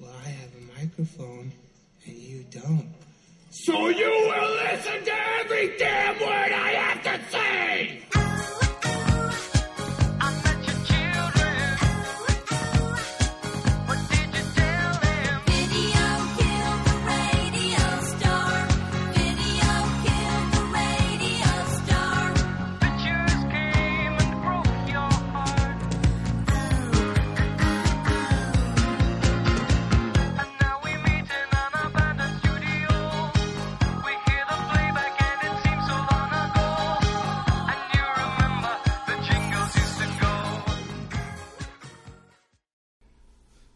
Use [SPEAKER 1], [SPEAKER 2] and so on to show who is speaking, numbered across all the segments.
[SPEAKER 1] Well, I have a microphone and you don't.
[SPEAKER 2] So you will listen to every damn word I have to say!
[SPEAKER 3] Video killed the radio star. Video killed the radio star.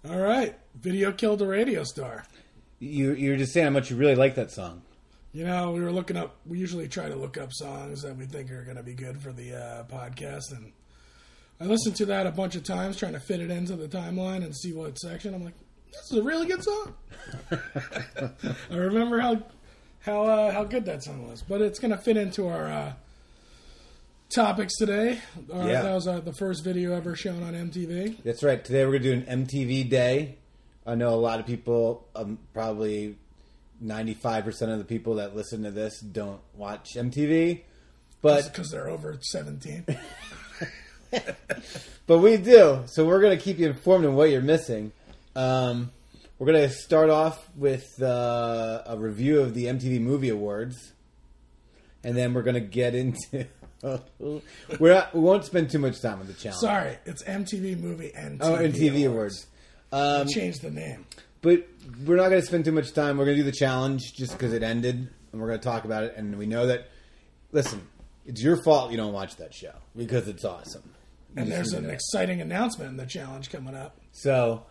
[SPEAKER 4] All right. Video killed a radio star.
[SPEAKER 5] You you're just saying how much you really like that song.
[SPEAKER 4] You know, we were looking up. We usually try to look up songs that we think are going to be good for the uh, podcast, and I listened to that a bunch of times trying to fit it into the timeline and see what section. I'm like, this is a really good song. I remember how how uh, how good that song was, but it's going to fit into our uh, topics today. Our,
[SPEAKER 5] Yeah.
[SPEAKER 4] That was uh, the first video ever shown on MTV.
[SPEAKER 5] That's right. Today we're gonna do an MTV day. I know a lot of people, um, probably ninety five percent of the people that listen to this don't watch MTV, but
[SPEAKER 4] Because they're over 17.
[SPEAKER 5] but we do. So we're gonna keep you informed on what you're missing. Um, we're gonna start off with uh, a review of the MTV Movie Awards, and then we're gonna get into. we're not, we won't spend too much time on the challenge.
[SPEAKER 4] Sorry, it's MTV Movie and
[SPEAKER 5] Oh, and TV awards. Um,
[SPEAKER 4] Change the name.
[SPEAKER 5] but we're not going to spend too much time. We're going to do the challenge just because it ended, and we're going to talk about it. And we know that. Listen, it's your fault you don't watch that show because it's awesome.
[SPEAKER 4] And there's an exciting announcement in the challenge coming up.
[SPEAKER 5] So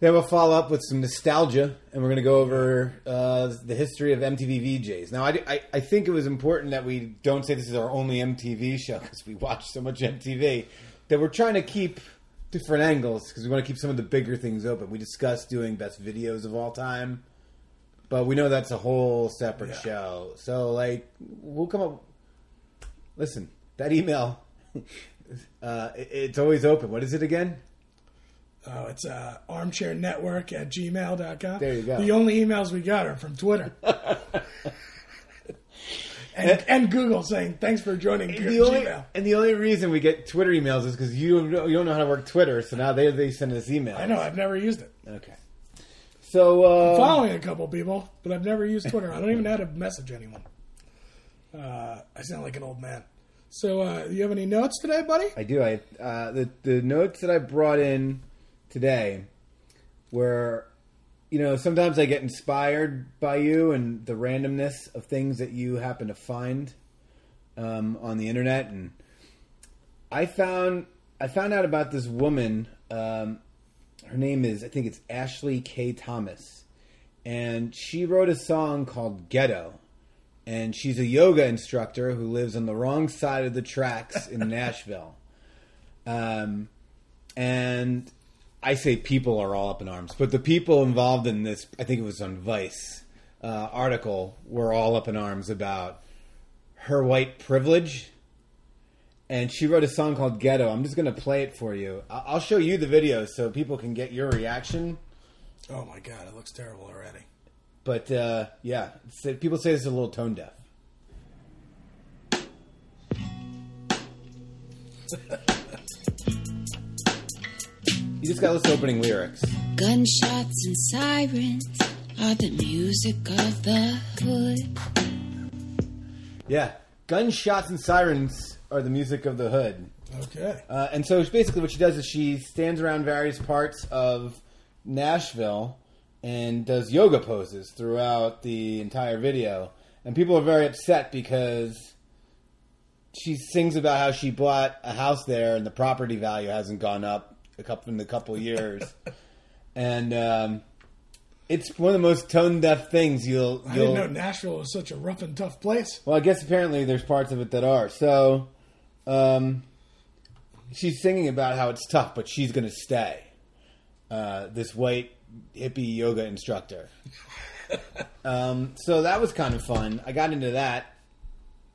[SPEAKER 5] then we'll follow up with some nostalgia, and we're going to go over uh, the history of MTV VJs. Now, I, I, I think it was important that we don't say this is our only MTV show because we watch so much MTV that we're trying to keep different angles because we want to keep some of the bigger things open. We discussed doing best videos of all time, but we know that's a whole separate
[SPEAKER 4] Yeah.
[SPEAKER 5] show. So, like, we'll come up. Listen, that email. Uh, it- it's always open. What is it again?
[SPEAKER 4] Oh, it's uh, armchair network at gmail.com.
[SPEAKER 5] There you go.
[SPEAKER 4] The only emails we got are from Twitter. and, and Google saying, thanks for joining
[SPEAKER 5] And
[SPEAKER 4] G-
[SPEAKER 5] the only
[SPEAKER 4] Gmail.
[SPEAKER 5] and the only reason we get Twitter emails is because you don't know- you don't know how to work Twitter, so now they they send us emails.
[SPEAKER 4] I know, I've never used it.
[SPEAKER 5] Okay. So uh,
[SPEAKER 4] Following a couple people, but I've never used Twitter. I don't even know how to message anyone. Uh, I sound like an old man. So, uh, you have any notes today, buddy?
[SPEAKER 5] I do. I uh, the the notes that I brought in today were, you know, sometimes I get inspired by you and the randomness of things that you happen to find um, on the internet, and I found I found out about this woman. Um, her name is I think it's Ashley K. Thomas, and she wrote a song called "Ghetto." and she's a yoga instructor who lives on the wrong side of the tracks in Nashville. Um, and I say people are all up in arms, but the people involved in this, I think it was on Vice uh, article, were all up in arms about her white privilege. And she wrote a song called "Ghetto." I'm just going to play it for you. I- I'll show you the video so people can get your reaction.
[SPEAKER 4] Oh, my God, it looks terrible already.
[SPEAKER 5] But uh, yeah, it's- people say this is a little tone deaf. You just got to listen to opening lyrics.
[SPEAKER 6] Gunshots and sirens are the music of the hood.
[SPEAKER 5] Yeah, gunshots and sirens are the music of the hood.
[SPEAKER 4] Okay.
[SPEAKER 5] Uh, and so basically, what she does is she stands around various parts of Nashville and does yoga poses throughout the entire video. And people are very upset because she sings about how she bought a house there and the property value hasn't gone up a couple in a couple years. and um, it's one of the most tone deaf things you'll.
[SPEAKER 4] I
[SPEAKER 5] you'll
[SPEAKER 4] didn't know Nashville was such a rough and tough place.
[SPEAKER 5] well, I guess apparently there's parts of it that are. So, um, she's singing about how it's tough, but she's going to stay. Uh, this white hippie yoga instructor. um, so that was kind of fun. I got into that.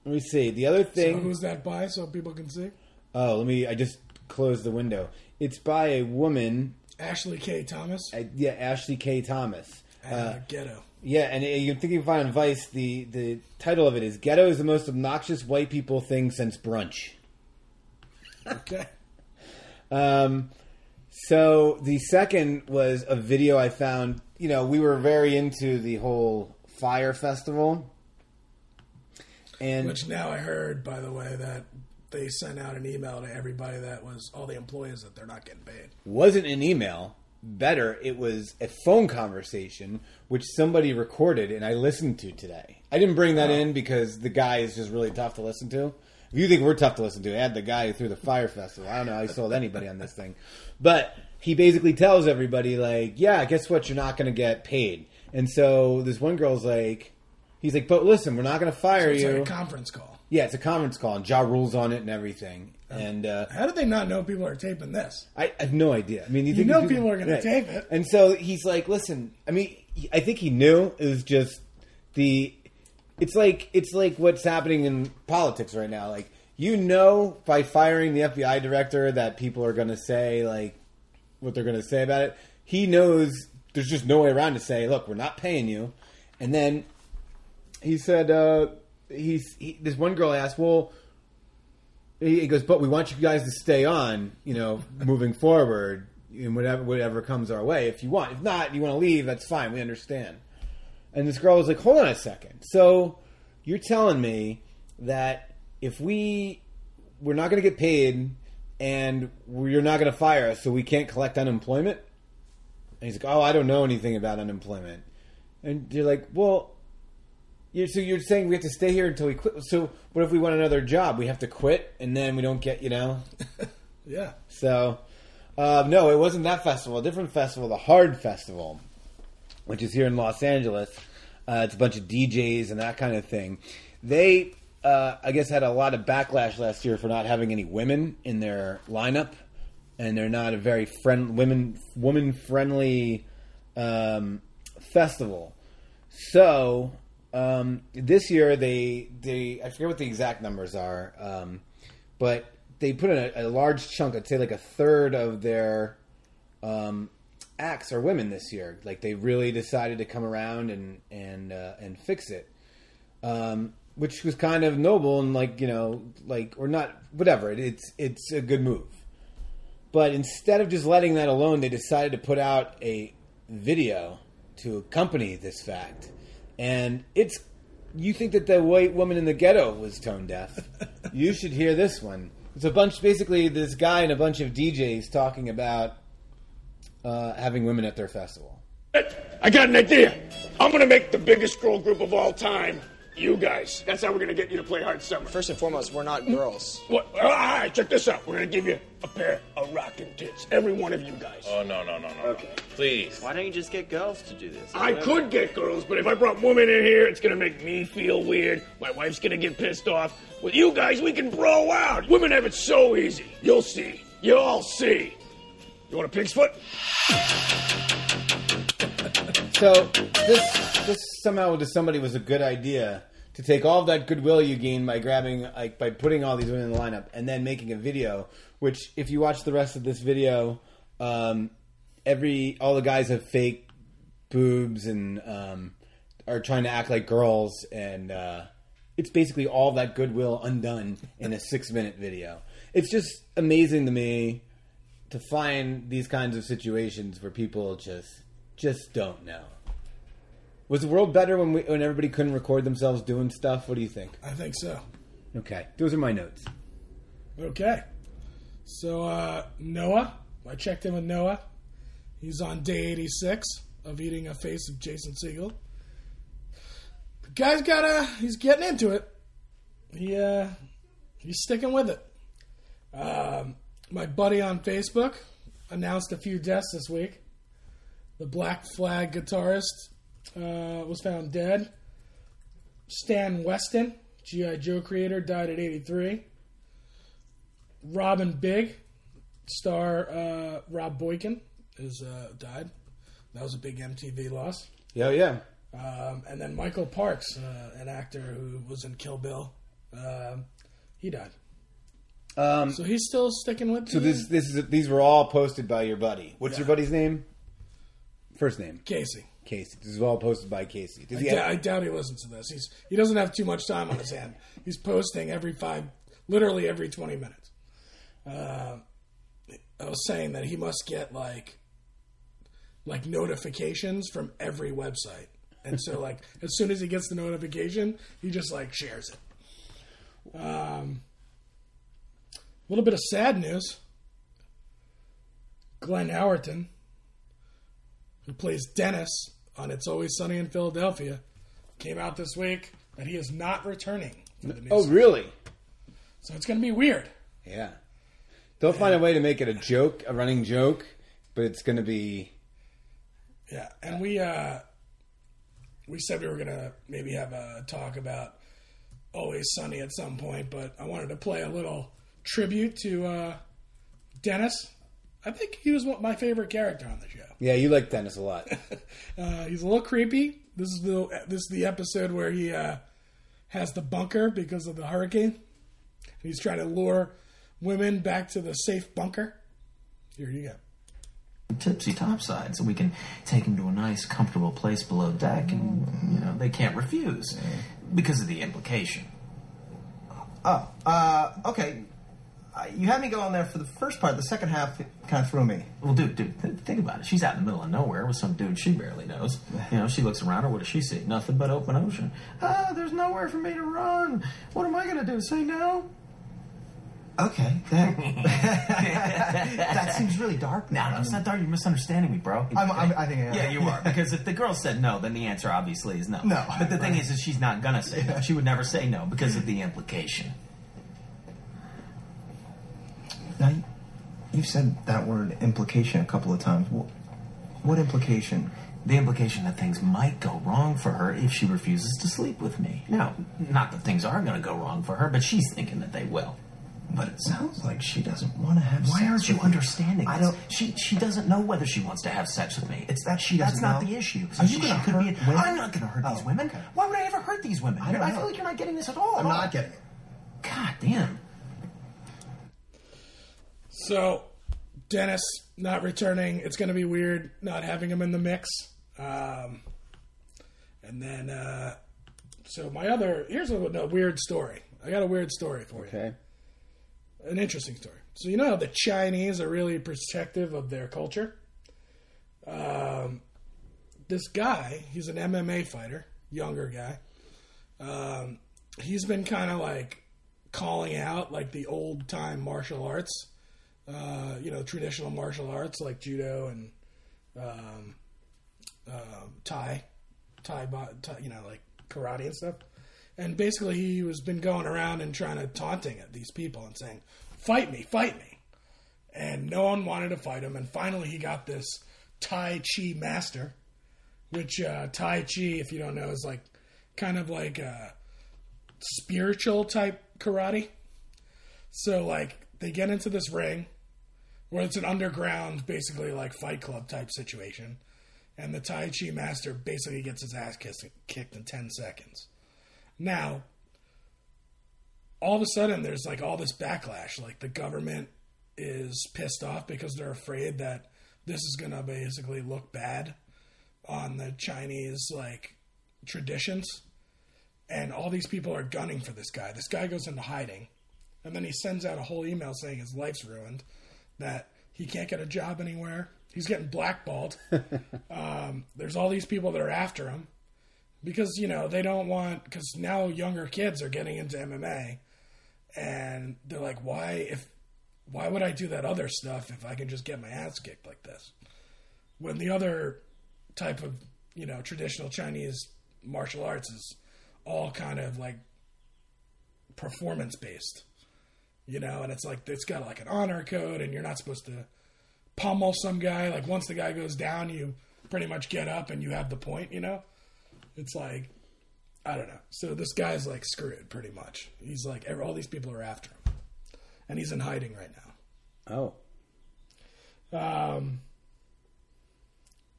[SPEAKER 5] Let me see. The other
[SPEAKER 4] So
[SPEAKER 5] thing.
[SPEAKER 4] who's that by so people can see?
[SPEAKER 5] Oh, let me. I just closed the window. It's by a woman.
[SPEAKER 2] Ashley K. Thomas.
[SPEAKER 5] Uh, yeah, Ashley K. Thomas.
[SPEAKER 2] Uh,
[SPEAKER 4] Uh-huh.
[SPEAKER 2] ghetto.
[SPEAKER 5] Yeah, and it- you think you can find on Vice the the title of it is "Ghetto is the most obnoxious white people thing since brunch."
[SPEAKER 2] Okay.
[SPEAKER 5] Um, so the second was a video I found. You know, we were very into the whole fire festival, and
[SPEAKER 2] Which now I heard, by the way, that they sent out an email to everybody that was all the employees that they're not getting paid.
[SPEAKER 5] wasn't an email. Better, it was a phone conversation which somebody recorded and I listened to today. I didn't bring that in because the guy is just really tough to listen to. If you think we're tough to listen to, add the guy who threw the fire festival. I don't know. I sold anybody on this thing, but he basically tells everybody like, "Yeah, guess what? You're not going to get paid." And so this one girl's like, "He's like, but listen, we're not going to fire
[SPEAKER 2] It's like
[SPEAKER 5] you."
[SPEAKER 2] a conference call.
[SPEAKER 5] yeah, it's a conference call and Ja rules on it and everything.
[SPEAKER 2] Oh.
[SPEAKER 5] And uh,
[SPEAKER 2] How did they not know people are taping this?
[SPEAKER 5] I, I have no idea. I mean, you, think
[SPEAKER 2] know
[SPEAKER 5] these
[SPEAKER 2] people are gonna tape it.
[SPEAKER 5] and so he's like, "Listen, I mean, he- I think he knew it was just the. It's like it's like what's happening in politics right now. Like you know, by firing the FBI director, that people are going to say like what they're going to say about it. He knows there's just no way around to say, look, we're not paying you. And then he said, uh, he's he, this one girl asked, well, he he goes, but we want you guys to stay on, you know, moving forward in whatever whatever comes our way. If you want, if not, you want to leave, that's fine. We understand. And this girl was like, hold on a second. So you're telling me that if we we're not going to get paid and you're not going to fire us, so we can't collect unemployment? And he's like, oh, I don't know anything about unemployment. And you're like, well, you're, so you're saying we have to stay here until we quit. So what if we want another job? We have to quit and then we don't get, you know?
[SPEAKER 2] Yeah.
[SPEAKER 5] So, uh, no, it wasn't that festival. A different festival, the Hard Festival, which is here in Los Angeles. Uh, it's a bunch of DJs and that kind of thing. They, uh, I guess, had a lot of backlash last year for not having any women in their lineup, and they're not a very friend women woman friendly um, festival. So um, this year they they I forget what the exact numbers are, um, but they put in a, a large chunk. I'd say like a third of their um, acts are women this year. Like they really decided to come around and and uh, and fix it, um, which was kind of noble and like you know like or not whatever. It, it's it's a good move. But instead of just letting that alone, they decided to put out a video to accompany this fact. And it's you think that the white woman in the ghetto was tone deaf. you should hear this one. It's a bunch basically this guy and a bunch of DJs talking about uh, having women at their festival.
[SPEAKER 4] I got an idea. I'm gonna make the biggest girl group of all time. You guys. That's how we're gonna get you to play hard summer.
[SPEAKER 7] First and foremost, we're not girls.
[SPEAKER 4] What? All right, check this out. We're gonna give you a pair of rockin' tits, every one of you guys.
[SPEAKER 8] Oh no no no no! Okay, please.
[SPEAKER 7] Why don't you just get girls to do this?
[SPEAKER 4] I could get girls, but if I brought women in here, it's gonna make me feel weird. My wife's gonna get pissed off. With you guys, we can bro out. Women have it so easy. You'll see. You'll all see. You want a pig's foot?
[SPEAKER 5] So this this somehow to somebody was a good idea to take all of that goodwill you gain by grabbing like by putting all these women in the lineup and then making a video. Which if you watch the rest of this video, um, every all the guys have fake boobs and um, are trying to act like girls, and uh, it's basically all that goodwill undone in a six minute video. It's just amazing to me to find these kinds of situations where people just just don't know. Was the world better when we when everybody couldn't record themselves doing stuff? What do you think?
[SPEAKER 2] I think so.
[SPEAKER 5] Okay, those are my notes.
[SPEAKER 2] Okay. So uh, Noah, I checked in with Noah. He's on day 86 of eating a face of Jason Siegel. The guy's got a. He's getting into it. He uh, he's sticking with it. Um, my buddy on Facebook announced a few deaths this week. The Black Flag guitarist uh, was found dead. Stan Weston, GI Joe creator, died at 83. Robin Big, star uh, Rob Boykin, is uh, died. That was a big MTV loss.
[SPEAKER 5] Yeah, yeah.
[SPEAKER 2] Um, and then Michael Parks, uh, an actor who was in Kill Bill, um, he died.
[SPEAKER 5] Um,
[SPEAKER 4] So he's still sticking with.
[SPEAKER 5] so this this is these were all posted by your buddy. What's your buddy's name? First name
[SPEAKER 4] Casey.
[SPEAKER 5] Casey. This is all posted by Casey. Does
[SPEAKER 4] I,
[SPEAKER 5] he
[SPEAKER 4] dou- I
[SPEAKER 5] have,
[SPEAKER 4] doubt he listens to this. He's he doesn't have too much time on his hand. He's posting every five, literally every twenty minutes. Uh, I was saying that he must get like, like notifications from every website, and so like as soon as he gets the notification, he just like shares it. Um, a little bit of sad news. Glenn Howerton, who plays Dennis on It's Always Sunny in Philadelphia, came out this week that he is not returning for the new
[SPEAKER 5] oh,
[SPEAKER 4] season.
[SPEAKER 5] really?
[SPEAKER 4] So it's going to be weird.
[SPEAKER 5] Yeah. They'll find a way to make it a joke, a running joke, but it's going to be
[SPEAKER 4] Yeah, and we uh, we said we were gonna maybe have a talk about Always Sunny at some point, but I wanted to play a little tribute to uh, Dennis. I think he was one, my favorite character on the show.
[SPEAKER 5] yeah. You like Dennis a lot.
[SPEAKER 4] Uh, he's a little creepy. This is the this is the episode where he uh, has the bunker because of the hurricane. He's trying to lure women back to the safe bunker. Here you go.
[SPEAKER 9] tipsy topside, so we can take him to a nice, comfortable place below deck, and you know they can't refuse because of the implication.
[SPEAKER 2] Oh, uh, okay. Uh, You had me going there for the first part. The second half kind of threw me.
[SPEAKER 9] Well, dude, dude, th- think about it. She's out in the middle of nowhere with some dude she barely knows. You know, she looks around her. What does she see? Nothing but open ocean. Ah, there's nowhere for me to run. What am I gonna do? Say no?
[SPEAKER 2] Okay, that that seems really dark.
[SPEAKER 9] No, no, it's not dark. You're misunderstanding me, bro.
[SPEAKER 2] I'm, I'm, I think I am.
[SPEAKER 9] Yeah, you are. Because if the girl said no, then the answer obviously is no.
[SPEAKER 2] No.
[SPEAKER 9] But the thing is, is she's not gonna say no. She would never say no because of the implication.
[SPEAKER 2] Now, you- you've said that word implication a couple of times. Wh- What implication?
[SPEAKER 9] The implication that things might go wrong for her if she refuses to sleep with me. Now, not that things are going to go wrong for her, but she's thinking that they will.
[SPEAKER 2] But it sounds like she doesn't want to have.
[SPEAKER 9] Why
[SPEAKER 2] sex
[SPEAKER 9] aren't you
[SPEAKER 2] with
[SPEAKER 9] understanding?
[SPEAKER 2] I
[SPEAKER 9] this?
[SPEAKER 2] don't.
[SPEAKER 9] She she doesn't know whether she wants to have sex with me. It's
[SPEAKER 2] That she
[SPEAKER 9] That's
[SPEAKER 2] doesn't
[SPEAKER 9] not
[SPEAKER 2] know?
[SPEAKER 9] the issue.
[SPEAKER 2] Are you
[SPEAKER 9] She
[SPEAKER 2] gonna
[SPEAKER 9] could be-
[SPEAKER 2] hurt women?
[SPEAKER 9] I'm not going to hurt
[SPEAKER 2] Oh,
[SPEAKER 9] these women.
[SPEAKER 2] okay.
[SPEAKER 9] Why would I ever hurt these women?
[SPEAKER 2] I don't
[SPEAKER 9] feel
[SPEAKER 2] know.
[SPEAKER 9] like you're not getting this at all.
[SPEAKER 2] I'm not getting it.
[SPEAKER 9] God damn.
[SPEAKER 4] So, Dennis not returning. It's going to be weird not having him in the mix. Um, and then, uh, so my other here's a, a weird story. I got a weird story for
[SPEAKER 5] Okay.
[SPEAKER 4] you. An interesting story. So you know how the Chinese are really protective of their culture. Um, this guy, he's an MMA fighter, younger guy. Um, he's been kind of like calling out like the old time martial arts uh, you know, traditional martial arts like judo and um, um Thai, Thai, bo- Thai, you know, like karate and stuff. And basically, he was been going around and trying to taunting at these people and saying, "Fight me, fight me," and no one wanted to fight him. And finally, he got this Tai Chi master, which uh, Tai Chi, if you don't know, is like kind of like a spiritual type karate. So like they get into this ring where it's an underground, basically like Fight Club type situation, and the Tai Chi master basically gets his ass kiss- kicked in ten seconds. Now, all of a sudden, there's like all this backlash. Like the government is pissed off because they're afraid that this is gonna basically look bad on the Chinese like traditions. And all these people are gunning for this guy. This guy goes into hiding and then he sends out a whole email saying his life's ruined, that he can't get a job anywhere. He's getting blackballed. um, there's all these people that are after him because you know they don't want because now younger kids are getting into MMA, and they're like, why if why would I do that other stuff if I can just get my ass kicked like this? When the other type of you know traditional Chinese martial arts is all kind of like performance based you know, and it's like it's got like an honor code, and you're not supposed to pummel some guy. Like once the guy goes down, you pretty much get up and you have the point. You know, it's like I don't know. So this guy's like screwed pretty much. He's like ev- all these people are after him, and he's in hiding right now.
[SPEAKER 5] Oh,
[SPEAKER 4] Um,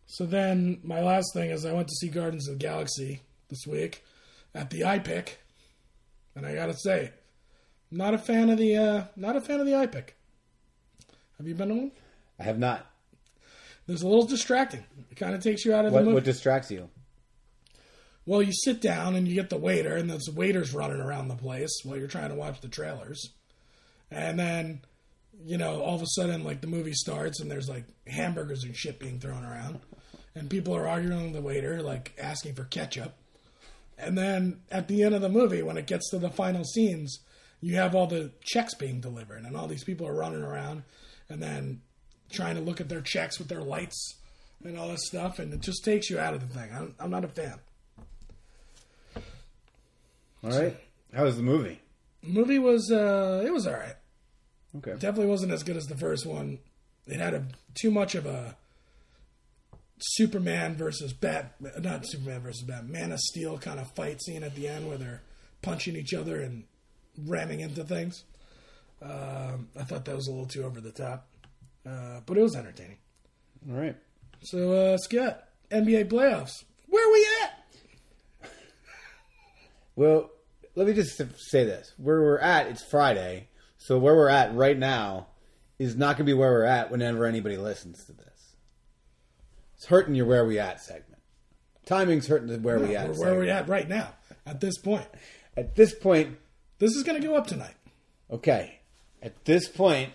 [SPEAKER 4] so then my last thing is I went to see Gardens of the Galaxy this week at the IPIC, and I gotta say, Not a fan of the uh, not a fan of the IPIC. Have you been to one?
[SPEAKER 5] I have not.
[SPEAKER 4] There's a little distracting. It kind of takes you out of the
[SPEAKER 5] What
[SPEAKER 4] movie.
[SPEAKER 5] what distracts you?
[SPEAKER 4] Well, you sit down and you get the waiter, and this waiter's running around the place while you're trying to watch the trailers. And then, you know, all of a sudden, like the movie starts, and there's like hamburgers and shit being thrown around, and people are arguing with the waiter, like asking for ketchup. And then at the end of the movie, when it gets to the final scenes, you have all the checks being delivered, and all these people are running around, and then trying to look at their checks with their lights and all this stuff, and it just takes you out of the thing. I'm, I'm not a fan.
[SPEAKER 5] All right. How was the movie?
[SPEAKER 4] movie was uh it was all right
[SPEAKER 5] Okay.
[SPEAKER 4] definitely wasn't as good as the first one it had a too much of a superman versus bat not superman versus bat man of steel kind of fight scene at the end where they're punching each other and ramming into things um, i thought that was a little too over the top uh, but it was entertaining
[SPEAKER 5] All right.
[SPEAKER 4] so uh scott nba playoffs where we at
[SPEAKER 5] Well, let me just say this. Where we're at, it's Friday. So where we're at right now is not going to be where we're at whenever anybody listens to this. It's hurting your where we at segment. Timing's hurting the where we at.
[SPEAKER 4] We're
[SPEAKER 5] segment.
[SPEAKER 4] where we at right now at this point
[SPEAKER 5] At this point,
[SPEAKER 4] this is going to go up tonight
[SPEAKER 5] okay. At this point,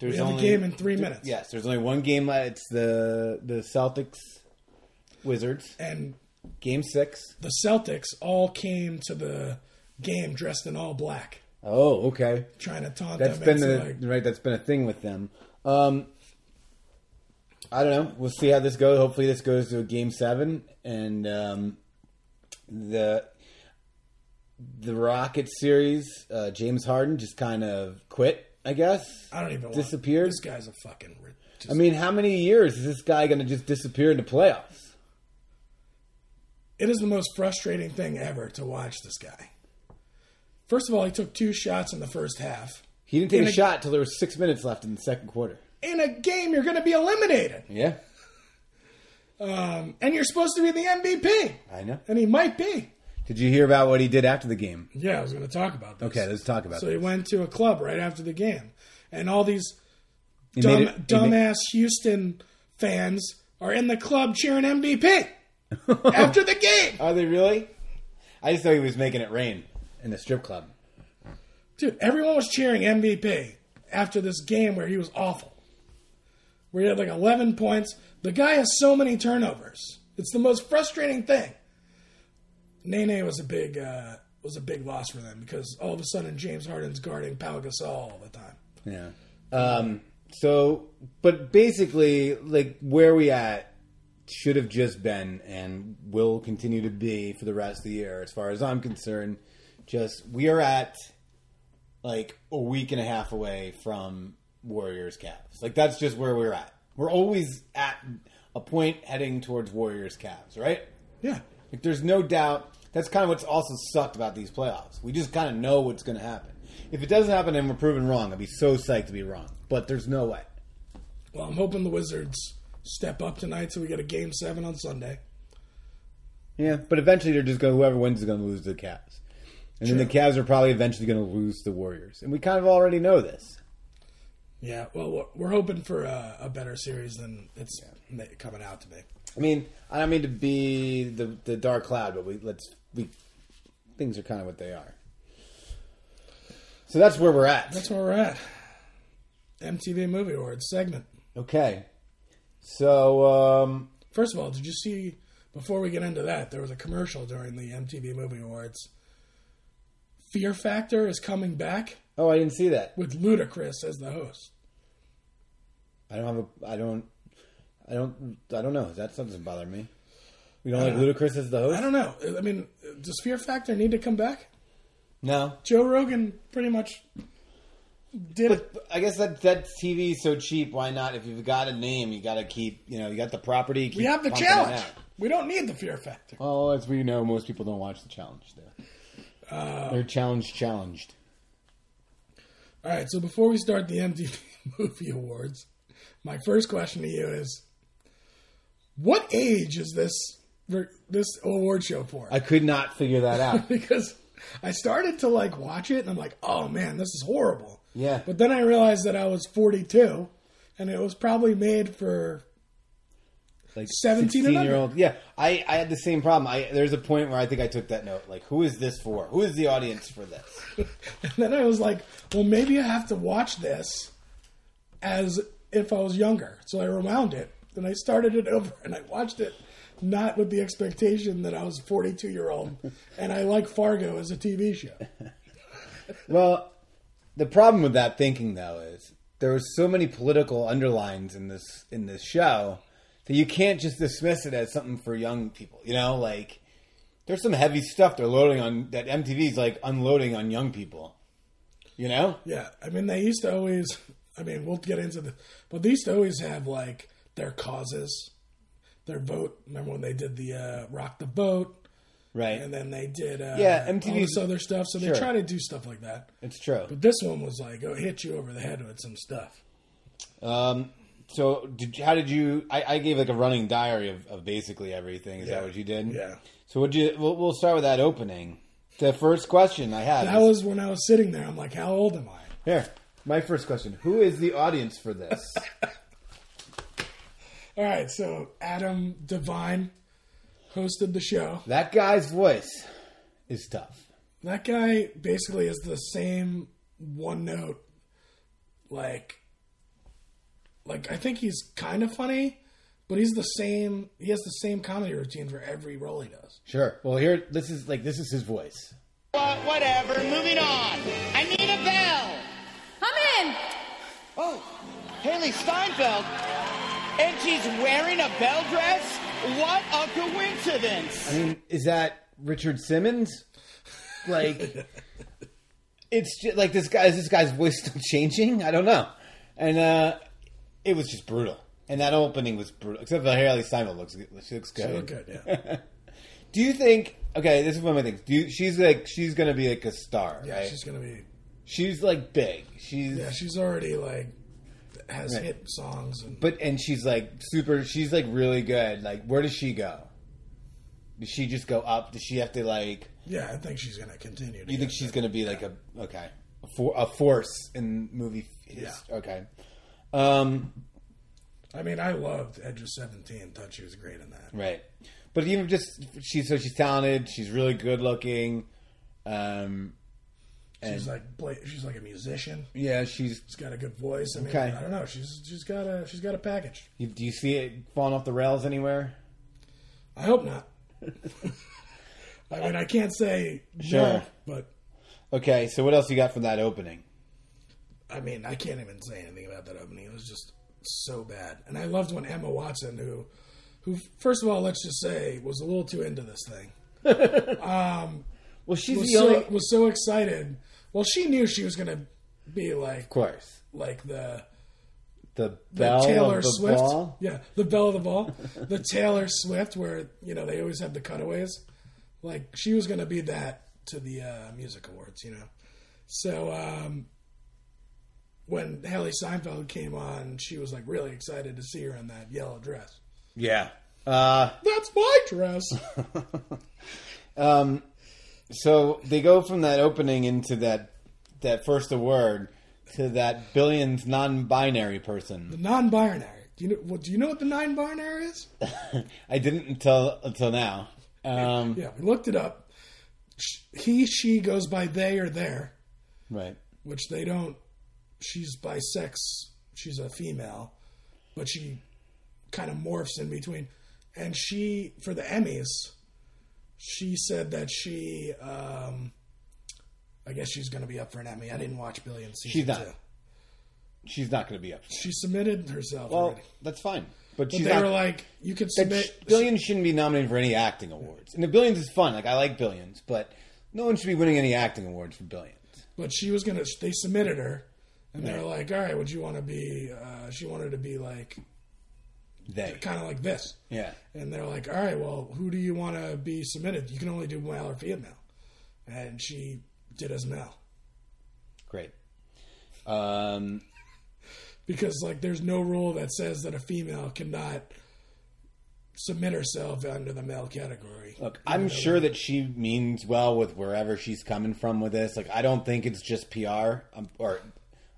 [SPEAKER 5] there's
[SPEAKER 4] we have
[SPEAKER 5] only
[SPEAKER 4] a game in three minutes
[SPEAKER 5] yes. There's only one game left. It's the the Celtics Wizards
[SPEAKER 4] and
[SPEAKER 5] game six.
[SPEAKER 4] the Celtics all came to the game dressed in all black,
[SPEAKER 5] Oh, okay.
[SPEAKER 4] trying to taunt
[SPEAKER 5] That's
[SPEAKER 4] them.
[SPEAKER 5] been
[SPEAKER 4] into,
[SPEAKER 5] the right. That's been a thing with them. Um, I don't know. We'll see how this goes. Hopefully, this goes to a game seven, and um, the the Rocket series. Uh, James Harden just kind of quit. I guess.
[SPEAKER 4] I don't even want-
[SPEAKER 5] disappeared.
[SPEAKER 4] This guy's a fucking. ri- Just,
[SPEAKER 5] I mean, how many years is this guy going to just disappear into playoffs?
[SPEAKER 4] it is the most frustrating thing ever to watch this guy. First of all, he took two shots in the first half.
[SPEAKER 5] He didn't take
[SPEAKER 4] In
[SPEAKER 5] a
[SPEAKER 4] a-
[SPEAKER 5] shot till there was six minutes left in the second quarter.
[SPEAKER 4] In a game, you're going to be eliminated,
[SPEAKER 5] Yeah,
[SPEAKER 4] and you're supposed to be the MVP,
[SPEAKER 5] I know.
[SPEAKER 4] and he might be.
[SPEAKER 5] Did you hear about what he did after the game?
[SPEAKER 4] Yeah, I was going to talk about this.
[SPEAKER 5] Okay, let's talk about
[SPEAKER 4] So
[SPEAKER 5] it.
[SPEAKER 4] he went to a club right after the game, and all these
[SPEAKER 5] He
[SPEAKER 4] dumb,
[SPEAKER 5] made it- he made-
[SPEAKER 4] dumbass Houston fans are in the club cheering MVP after the game.
[SPEAKER 5] Are they really? I just thought he was making it rain in the strip club.
[SPEAKER 4] Dude, everyone was cheering MVP after this game where he was awful. Where he had like 11 points. The guy has so many turnovers. It's the most frustrating thing. Nene was a big uh, was a big loss for them because all of a sudden James Harden's guarding Pau Gasol all the time.
[SPEAKER 5] Yeah. Um, so, but basically, like where we at should have just been and will continue to be for the rest of the year, as far as I'm concerned. Just we are at like a week and a half away from Warriors Cavs. Like that's just where we're at. We're always at a point heading towards Warriors Cavs, right?
[SPEAKER 4] Yeah.
[SPEAKER 5] Like, there's no doubt. That's kind of what's also sucked about these playoffs. We just kind of know what's going to happen. If it doesn't happen and we're proven wrong, I'd be so psyched to be wrong. But there's no way.
[SPEAKER 4] Well, I'm hoping the Wizards step up tonight so we get a game seven on Sunday.
[SPEAKER 5] Yeah, but eventually they're just going. to Whoever wins is going to lose to the Cavs, and then the Cavs are probably eventually going to lose to the Warriors. And we kind of already know this.
[SPEAKER 4] Yeah, well, we're- we're hoping for a, a better series than it's ma- coming out to be.
[SPEAKER 5] I mean, I don't mean to be the the dark cloud, but we let's we things are kind of what they are. So that's where we're at.
[SPEAKER 4] That's where we're at. MTV Movie Awards segment.
[SPEAKER 5] Okay. So um,
[SPEAKER 4] First of all, did you see? Before we get into that, there was a commercial during the MTV Movie Awards. Fear Factor is coming back
[SPEAKER 5] oh, I didn't see that.
[SPEAKER 4] with Ludacris as the host.
[SPEAKER 5] I don't have a. I don't. I don't. I don't know. That doesn't bother me. We don't like Ludacris as the host.
[SPEAKER 4] Uh, I don't know. I mean, does Fear Factor need to come back?
[SPEAKER 5] No,
[SPEAKER 4] Joe Rogan pretty much did it.
[SPEAKER 5] but I guess that that TV is so cheap. Why not? If you've got a name, you got to keep. You know, you got the property. Keep
[SPEAKER 4] We have the
[SPEAKER 5] pumping it
[SPEAKER 4] challenge.
[SPEAKER 5] out.
[SPEAKER 4] We don't need the Fear Factor.
[SPEAKER 5] Well, as we know, most people don't watch the challenge. Though they're challenge challenged.
[SPEAKER 4] All right, so before we start the MTV Movie Awards, my first question to you is what age is this this award show for?
[SPEAKER 5] I could not figure that out.
[SPEAKER 4] because I started to like watch it, and I'm like, oh man, this is horrible.
[SPEAKER 5] Yeah.
[SPEAKER 4] But then I realized that I was 42, and it was probably made for
[SPEAKER 5] like
[SPEAKER 4] 17 and
[SPEAKER 5] 16 year old. Yeah, I, I had the same problem. I there's a point where I think I took that note. Like, who is this for? Who is the audience for this?
[SPEAKER 4] And then I was like, well, maybe I have to watch this as if I was younger. So I rewound it and I started it over and I watched it not with the expectation that I was 42 year old and I like Fargo as a TV show.
[SPEAKER 5] Well, the problem with that thinking though is there were so many political underlines in this in this show that you can't just dismiss it as something for young people. You know, like there's some heavy stuff they're loading on that MTV's like unloading on young people. You know,
[SPEAKER 4] Yeah. I mean, they used to always, I mean, we'll get into the, but they used to always have like their causes, their vote. Remember when they did the uh, Rock the Boat?
[SPEAKER 5] right?
[SPEAKER 4] And then they did uh,
[SPEAKER 5] Yeah,
[SPEAKER 4] all
[SPEAKER 5] MTV's
[SPEAKER 4] this other stuff. So
[SPEAKER 5] sure.
[SPEAKER 4] they try to do stuff like that.
[SPEAKER 5] it's true.
[SPEAKER 4] But this one was like, oh, hit you over the head with some stuff.
[SPEAKER 5] Um, so did you- how did you? I, I gave like a running diary of, of basically everything. Is
[SPEAKER 4] Yeah.
[SPEAKER 5] that what you did?
[SPEAKER 4] Yeah.
[SPEAKER 5] So would you? We'll, we'll start with that opening. The first question I had
[SPEAKER 4] That was when I was sitting there. I'm like, how old am I?
[SPEAKER 5] here. My first question: Who is the audience for this?
[SPEAKER 4] All right, so Adam Devine hosted the show.
[SPEAKER 5] that guy's voice is tough.
[SPEAKER 4] That guy basically is the same one note. Like, like I think he's kind of funny, but he's the same. He has the same comedy routine for every role he does.
[SPEAKER 5] Sure. Well, here this is like this is his voice.
[SPEAKER 9] whatever, moving on. I need a bell.
[SPEAKER 3] I'm in.
[SPEAKER 9] Oh, Haley Steinfeld. And she's wearing a bell dress? What a coincidence.
[SPEAKER 5] I mean, is that Richard Simmons? Like, it's just, like this guy. Is this guy's voice still changing? I don't know. And uh, it was just brutal. And that opening was brutal. Except for Haley Steinfeld looks good- she looks good.
[SPEAKER 4] So good, yeah.
[SPEAKER 5] Do you think? Okay, this is one of my things. Do you, she's like she's gonna be like a star,
[SPEAKER 4] yeah,
[SPEAKER 5] right?
[SPEAKER 4] she's
[SPEAKER 5] She's,
[SPEAKER 4] gonna be.
[SPEAKER 5] like big. She's
[SPEAKER 4] Yeah, she's already like has
[SPEAKER 5] Right.
[SPEAKER 4] hit songs and
[SPEAKER 5] but and she's like super. She's like really good. Like, where does she go? Does she just go up? Does she have to like?
[SPEAKER 4] yeah, I think she's gonna continue. To
[SPEAKER 5] You think
[SPEAKER 4] get
[SPEAKER 5] she's
[SPEAKER 4] better.
[SPEAKER 5] going to be like a okay a, for, a force in movie? his-
[SPEAKER 4] Yeah.
[SPEAKER 5] Okay. Um.
[SPEAKER 4] I mean, I loved Edge of Seventeen. Thought she was great in that.
[SPEAKER 5] Right. But even just she so she's talented. She's really good looking. Um.
[SPEAKER 4] She's like play, she's like a musician.
[SPEAKER 5] Yeah. She's.
[SPEAKER 4] She's got a good voice. I mean,
[SPEAKER 5] Okay.
[SPEAKER 4] I don't know. She's she's got a she's got a package.
[SPEAKER 5] you- Do you see it falling off the rails anywhere?
[SPEAKER 4] I hope not. I mean, I can't say no,
[SPEAKER 5] Sure.
[SPEAKER 4] but
[SPEAKER 5] Okay. So what else you got from that opening?
[SPEAKER 4] I mean, I can't even say anything about that opening. It was just so bad. And I loved when Emma Watson, who, who first of all, let's just say, was a little too into this thing,
[SPEAKER 5] Well, she's
[SPEAKER 4] was
[SPEAKER 5] the only.
[SPEAKER 4] so was so excited. Well, she knew she was gonna be like
[SPEAKER 5] of course.
[SPEAKER 4] like the
[SPEAKER 5] The
[SPEAKER 4] the
[SPEAKER 5] bell
[SPEAKER 4] Taylor
[SPEAKER 5] of the
[SPEAKER 4] Swift.
[SPEAKER 5] ball.
[SPEAKER 4] Yeah, the bell of the ball. the Taylor Swift, where you know they always have the cutaways. Like she was going to be that to the uh, music awards, you know. So um, when Haley Seinfeld came on, she was like really excited to see her in that yellow dress.
[SPEAKER 5] Yeah. Uh.
[SPEAKER 4] That's my dress.
[SPEAKER 5] Um, So they go from that opening into that that first award to that billions non-binary person.
[SPEAKER 4] Non-binary. Do you know? Well, do you know what the non-binary is?
[SPEAKER 5] I didn't until until now. Um,
[SPEAKER 4] Yeah, we looked it up. Sh- He, she goes by they or their.
[SPEAKER 5] Right.
[SPEAKER 4] which they don't. She's by sex. She's a female, but she kind of morphs in between. And she, for the Emmys, she said that she, um, I guess she's going to be up for an Emmy. I didn't watch Billion season
[SPEAKER 5] She's not.
[SPEAKER 4] two.
[SPEAKER 5] She's not going to be up.
[SPEAKER 4] She submitted herself.
[SPEAKER 5] Well,
[SPEAKER 4] already.
[SPEAKER 5] that's fine. But
[SPEAKER 4] But
[SPEAKER 5] she's
[SPEAKER 4] they
[SPEAKER 5] not.
[SPEAKER 4] were like, you could
[SPEAKER 5] that
[SPEAKER 4] submit.
[SPEAKER 5] sh- billions shouldn't be nominated for any acting awards. And the billions is fun. Like I like billions, but no one should be winning any acting awards for billions.
[SPEAKER 4] but she was gonna. They submitted her, and they were like, "All right, would you want to be?" Uh, she wanted to be like,
[SPEAKER 5] They.
[SPEAKER 4] kind of like this.
[SPEAKER 5] Yeah.
[SPEAKER 4] And they're like, all right, well, who do you want to be submitted? You can only do male or female. And she did as male
[SPEAKER 5] Great. Um,
[SPEAKER 4] because, like, there's no rule that says that a female cannot submit herself under the male category.
[SPEAKER 5] Look, I'm sure that she means well with wherever she's coming from with this. Like, I don't think it's just PR. Um, or,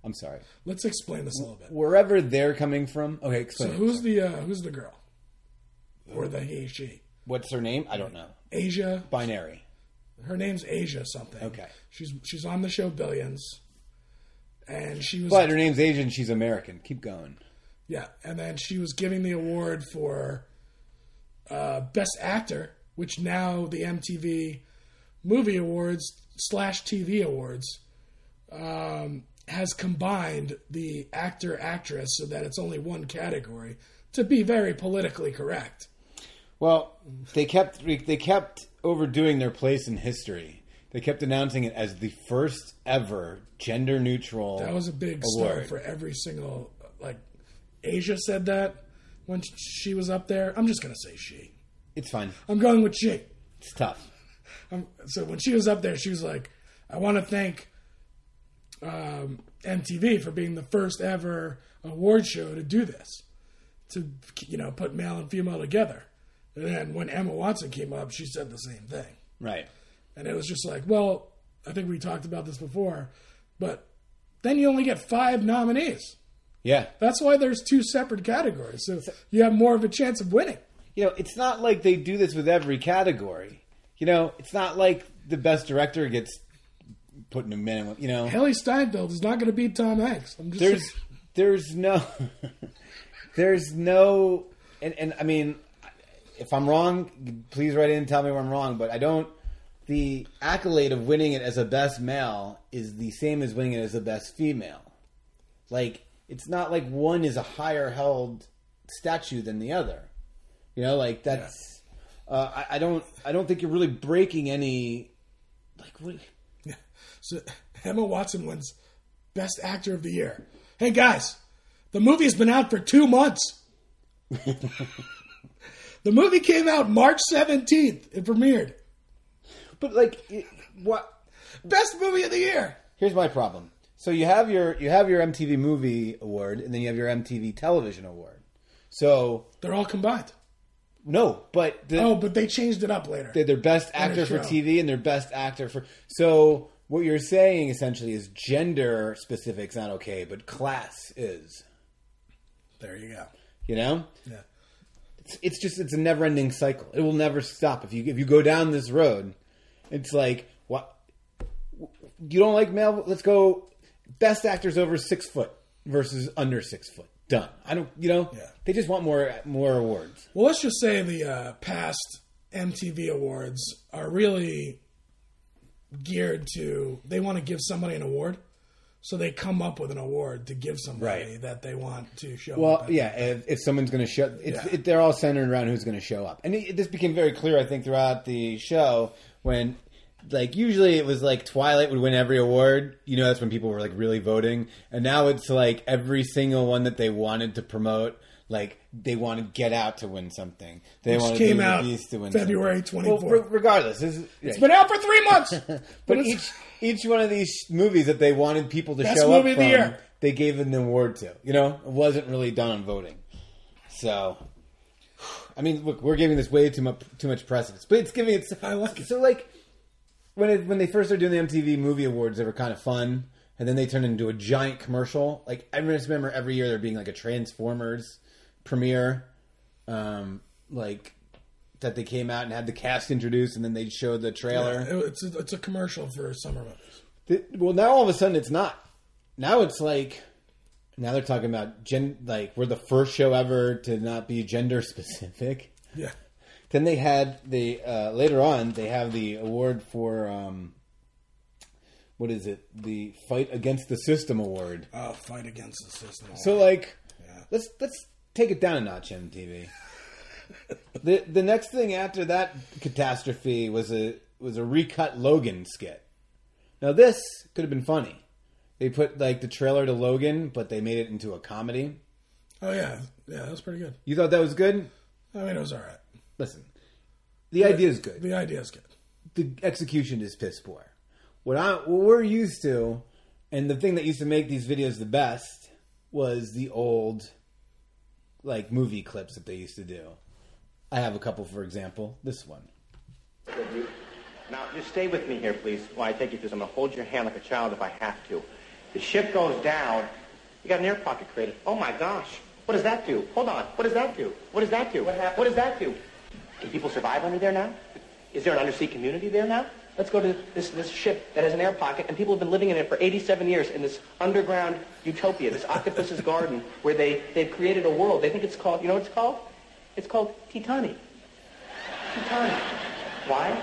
[SPEAKER 5] I'm sorry.
[SPEAKER 4] Let's explain this a little bit.
[SPEAKER 5] Wherever they're coming from. Okay,
[SPEAKER 4] So
[SPEAKER 5] explain. it.
[SPEAKER 4] who's the uh, who's the girl or the he she?
[SPEAKER 5] What's her name? I don't know.
[SPEAKER 4] Asia.
[SPEAKER 5] Binary.
[SPEAKER 4] Her name's Asia something.
[SPEAKER 5] Okay.
[SPEAKER 4] She's she's on the show Billions, and she was
[SPEAKER 5] But her name's Asian. She's American. Keep going.
[SPEAKER 4] yeah, and then she was giving the award for uh, best actor, which now the MTV Movie Awards slash TV Awards um, has combined the actor actress so that it's only one category to be very politically correct.
[SPEAKER 5] Well, they kept they kept overdoing their place in history. They kept announcing it as the first ever gender neutral.
[SPEAKER 4] That was a big story for every single like Asia said that when she was up there. I'm just gonna say she.
[SPEAKER 5] It's fine.
[SPEAKER 4] I'm going with she.
[SPEAKER 5] It's tough.
[SPEAKER 4] Um, so when she was up there, she was like, "I want to thank um, MTV for being the first ever award show to do this, to you know put male and female together." And then when Emma Watson came up, she said the same thing.
[SPEAKER 5] Right.
[SPEAKER 4] And it was just like, well, I think we talked about this before, but then you only get five nominees.
[SPEAKER 5] Yeah.
[SPEAKER 4] That's why there's two separate categories. So you have more of a chance of winning.
[SPEAKER 5] You know, it's not like they do this with every category. You know, it's not like the best director gets put in a minimum. You know,
[SPEAKER 4] Haley Steinfeld is not going to beat Tom Hanks. I'm just
[SPEAKER 5] there's there's no there's no and and I mean if I'm wrong please write in and tell me where I'm wrong but I don't the accolade of winning it as a best male is the same as winning it as the best female like it's not like one is a higher held statue than the other you know like that's uh, I, I don't I don't think you're really breaking any like what
[SPEAKER 4] So Emma Watson wins Best Actor of the Year. Hey guys, the movie's been out for two months. the movie came out March seventeenth. It premiered.
[SPEAKER 5] But like, it- what?
[SPEAKER 4] Best movie of the year.
[SPEAKER 5] Here's my problem. So you have your you have your MTV Movie Award, and then you have your MTV Television Award. So
[SPEAKER 4] they're all combined.
[SPEAKER 5] No, but the,
[SPEAKER 4] oh, but they changed it up later.
[SPEAKER 5] they're their best
[SPEAKER 4] On the
[SPEAKER 5] actor for
[SPEAKER 4] show.
[SPEAKER 5] TV and their best actor for. So what you're saying essentially is gender specific's not okay, but class is.
[SPEAKER 4] There you go.
[SPEAKER 5] You know,
[SPEAKER 4] Yeah.
[SPEAKER 5] it's, it's just it's a never ending cycle. It will never stop if you if you go down this road. It's like what you don't like male. Let's go best actors over six foot versus under six foot. Done. I don't. You know. They just want more more awards.
[SPEAKER 4] Well, let's just say the uh, past MTV awards are really geared to they want to give somebody an award, so they come up with an award to give somebody that they want to show. up
[SPEAKER 5] Well,
[SPEAKER 4] at.
[SPEAKER 5] yeah. If, if someone's going to show, it's,
[SPEAKER 4] Yeah.
[SPEAKER 5] it, they're all centered around who's going to show up, and it, this became very clear, I think, throughout the show when. Like usually, it was like Twilight would win every award. You know, that's when people were like really voting. And now it's like every single one that they wanted to promote, like they wanted Get Out to win something. They
[SPEAKER 4] Which came
[SPEAKER 5] wanted Beauty and the
[SPEAKER 4] out
[SPEAKER 5] Beast to win
[SPEAKER 4] February
[SPEAKER 5] something.
[SPEAKER 4] 24th.
[SPEAKER 5] Well, re- regardless, this is,
[SPEAKER 4] It's been out for three months.
[SPEAKER 5] but each each one of these movies that they wanted people to
[SPEAKER 4] Best
[SPEAKER 5] show up
[SPEAKER 4] movie
[SPEAKER 5] from,
[SPEAKER 4] of the year.
[SPEAKER 5] they gave an award to. You know, it wasn't really done on voting. So, I mean, look, we're giving this way too much too much precedence, but it's giving it. I like it. So, like when it, when they first started doing the MTV Movie Awards, they were kind of fun, and then they turned into a giant commercial. Like I just remember every year there being like a Transformers premiere, um, like. That they came out and had the cast introduced, and then they showed the trailer.
[SPEAKER 4] Yeah, it- it's a, it's a commercial for summer movies.
[SPEAKER 5] Th- Well, now all of a sudden it's not. Now it's like now they're talking about gen like we're the first show ever to not be gender specific.
[SPEAKER 4] Yeah.
[SPEAKER 5] Then they had the uh, later on they have the award for um, what is it? The fight against the system award.
[SPEAKER 4] Oh, fight against the system.
[SPEAKER 5] So like, let's let's take it down a notch, MTV. the the next thing after that catastrophe was a was a recut Logan skit. Now this could have been funny. They put like the trailer to Logan, but they made it into a comedy.
[SPEAKER 4] oh yeah, yeah, that was pretty good.
[SPEAKER 5] You thought that was good?
[SPEAKER 4] I mean, it was all right.
[SPEAKER 5] Listen, the idea is good.
[SPEAKER 4] The idea is good.
[SPEAKER 5] The execution is piss poor. What I what we're used to, and the thing that used to make these videos the best was the old, like movie clips that they used to do. I have a couple, for example. This one.
[SPEAKER 10] Good, you- Now, just stay with me here, please, while I take you through this. I'm going to hold your hand like a child if I have to. The ship goes down. You got an air pocket created. Oh, my gosh. What does that do? Hold on. What does that do? What does that do? What happened? What does that do? Can people survive under there now? Is there an undersea community there now? Let's go to this, this ship that has an air pocket, and people have been living in it for 87 years in this underground utopia, this octopus's garden, where they, they've created a world. They think it's called, you know what it's called? It's called Titani. Titani. Why?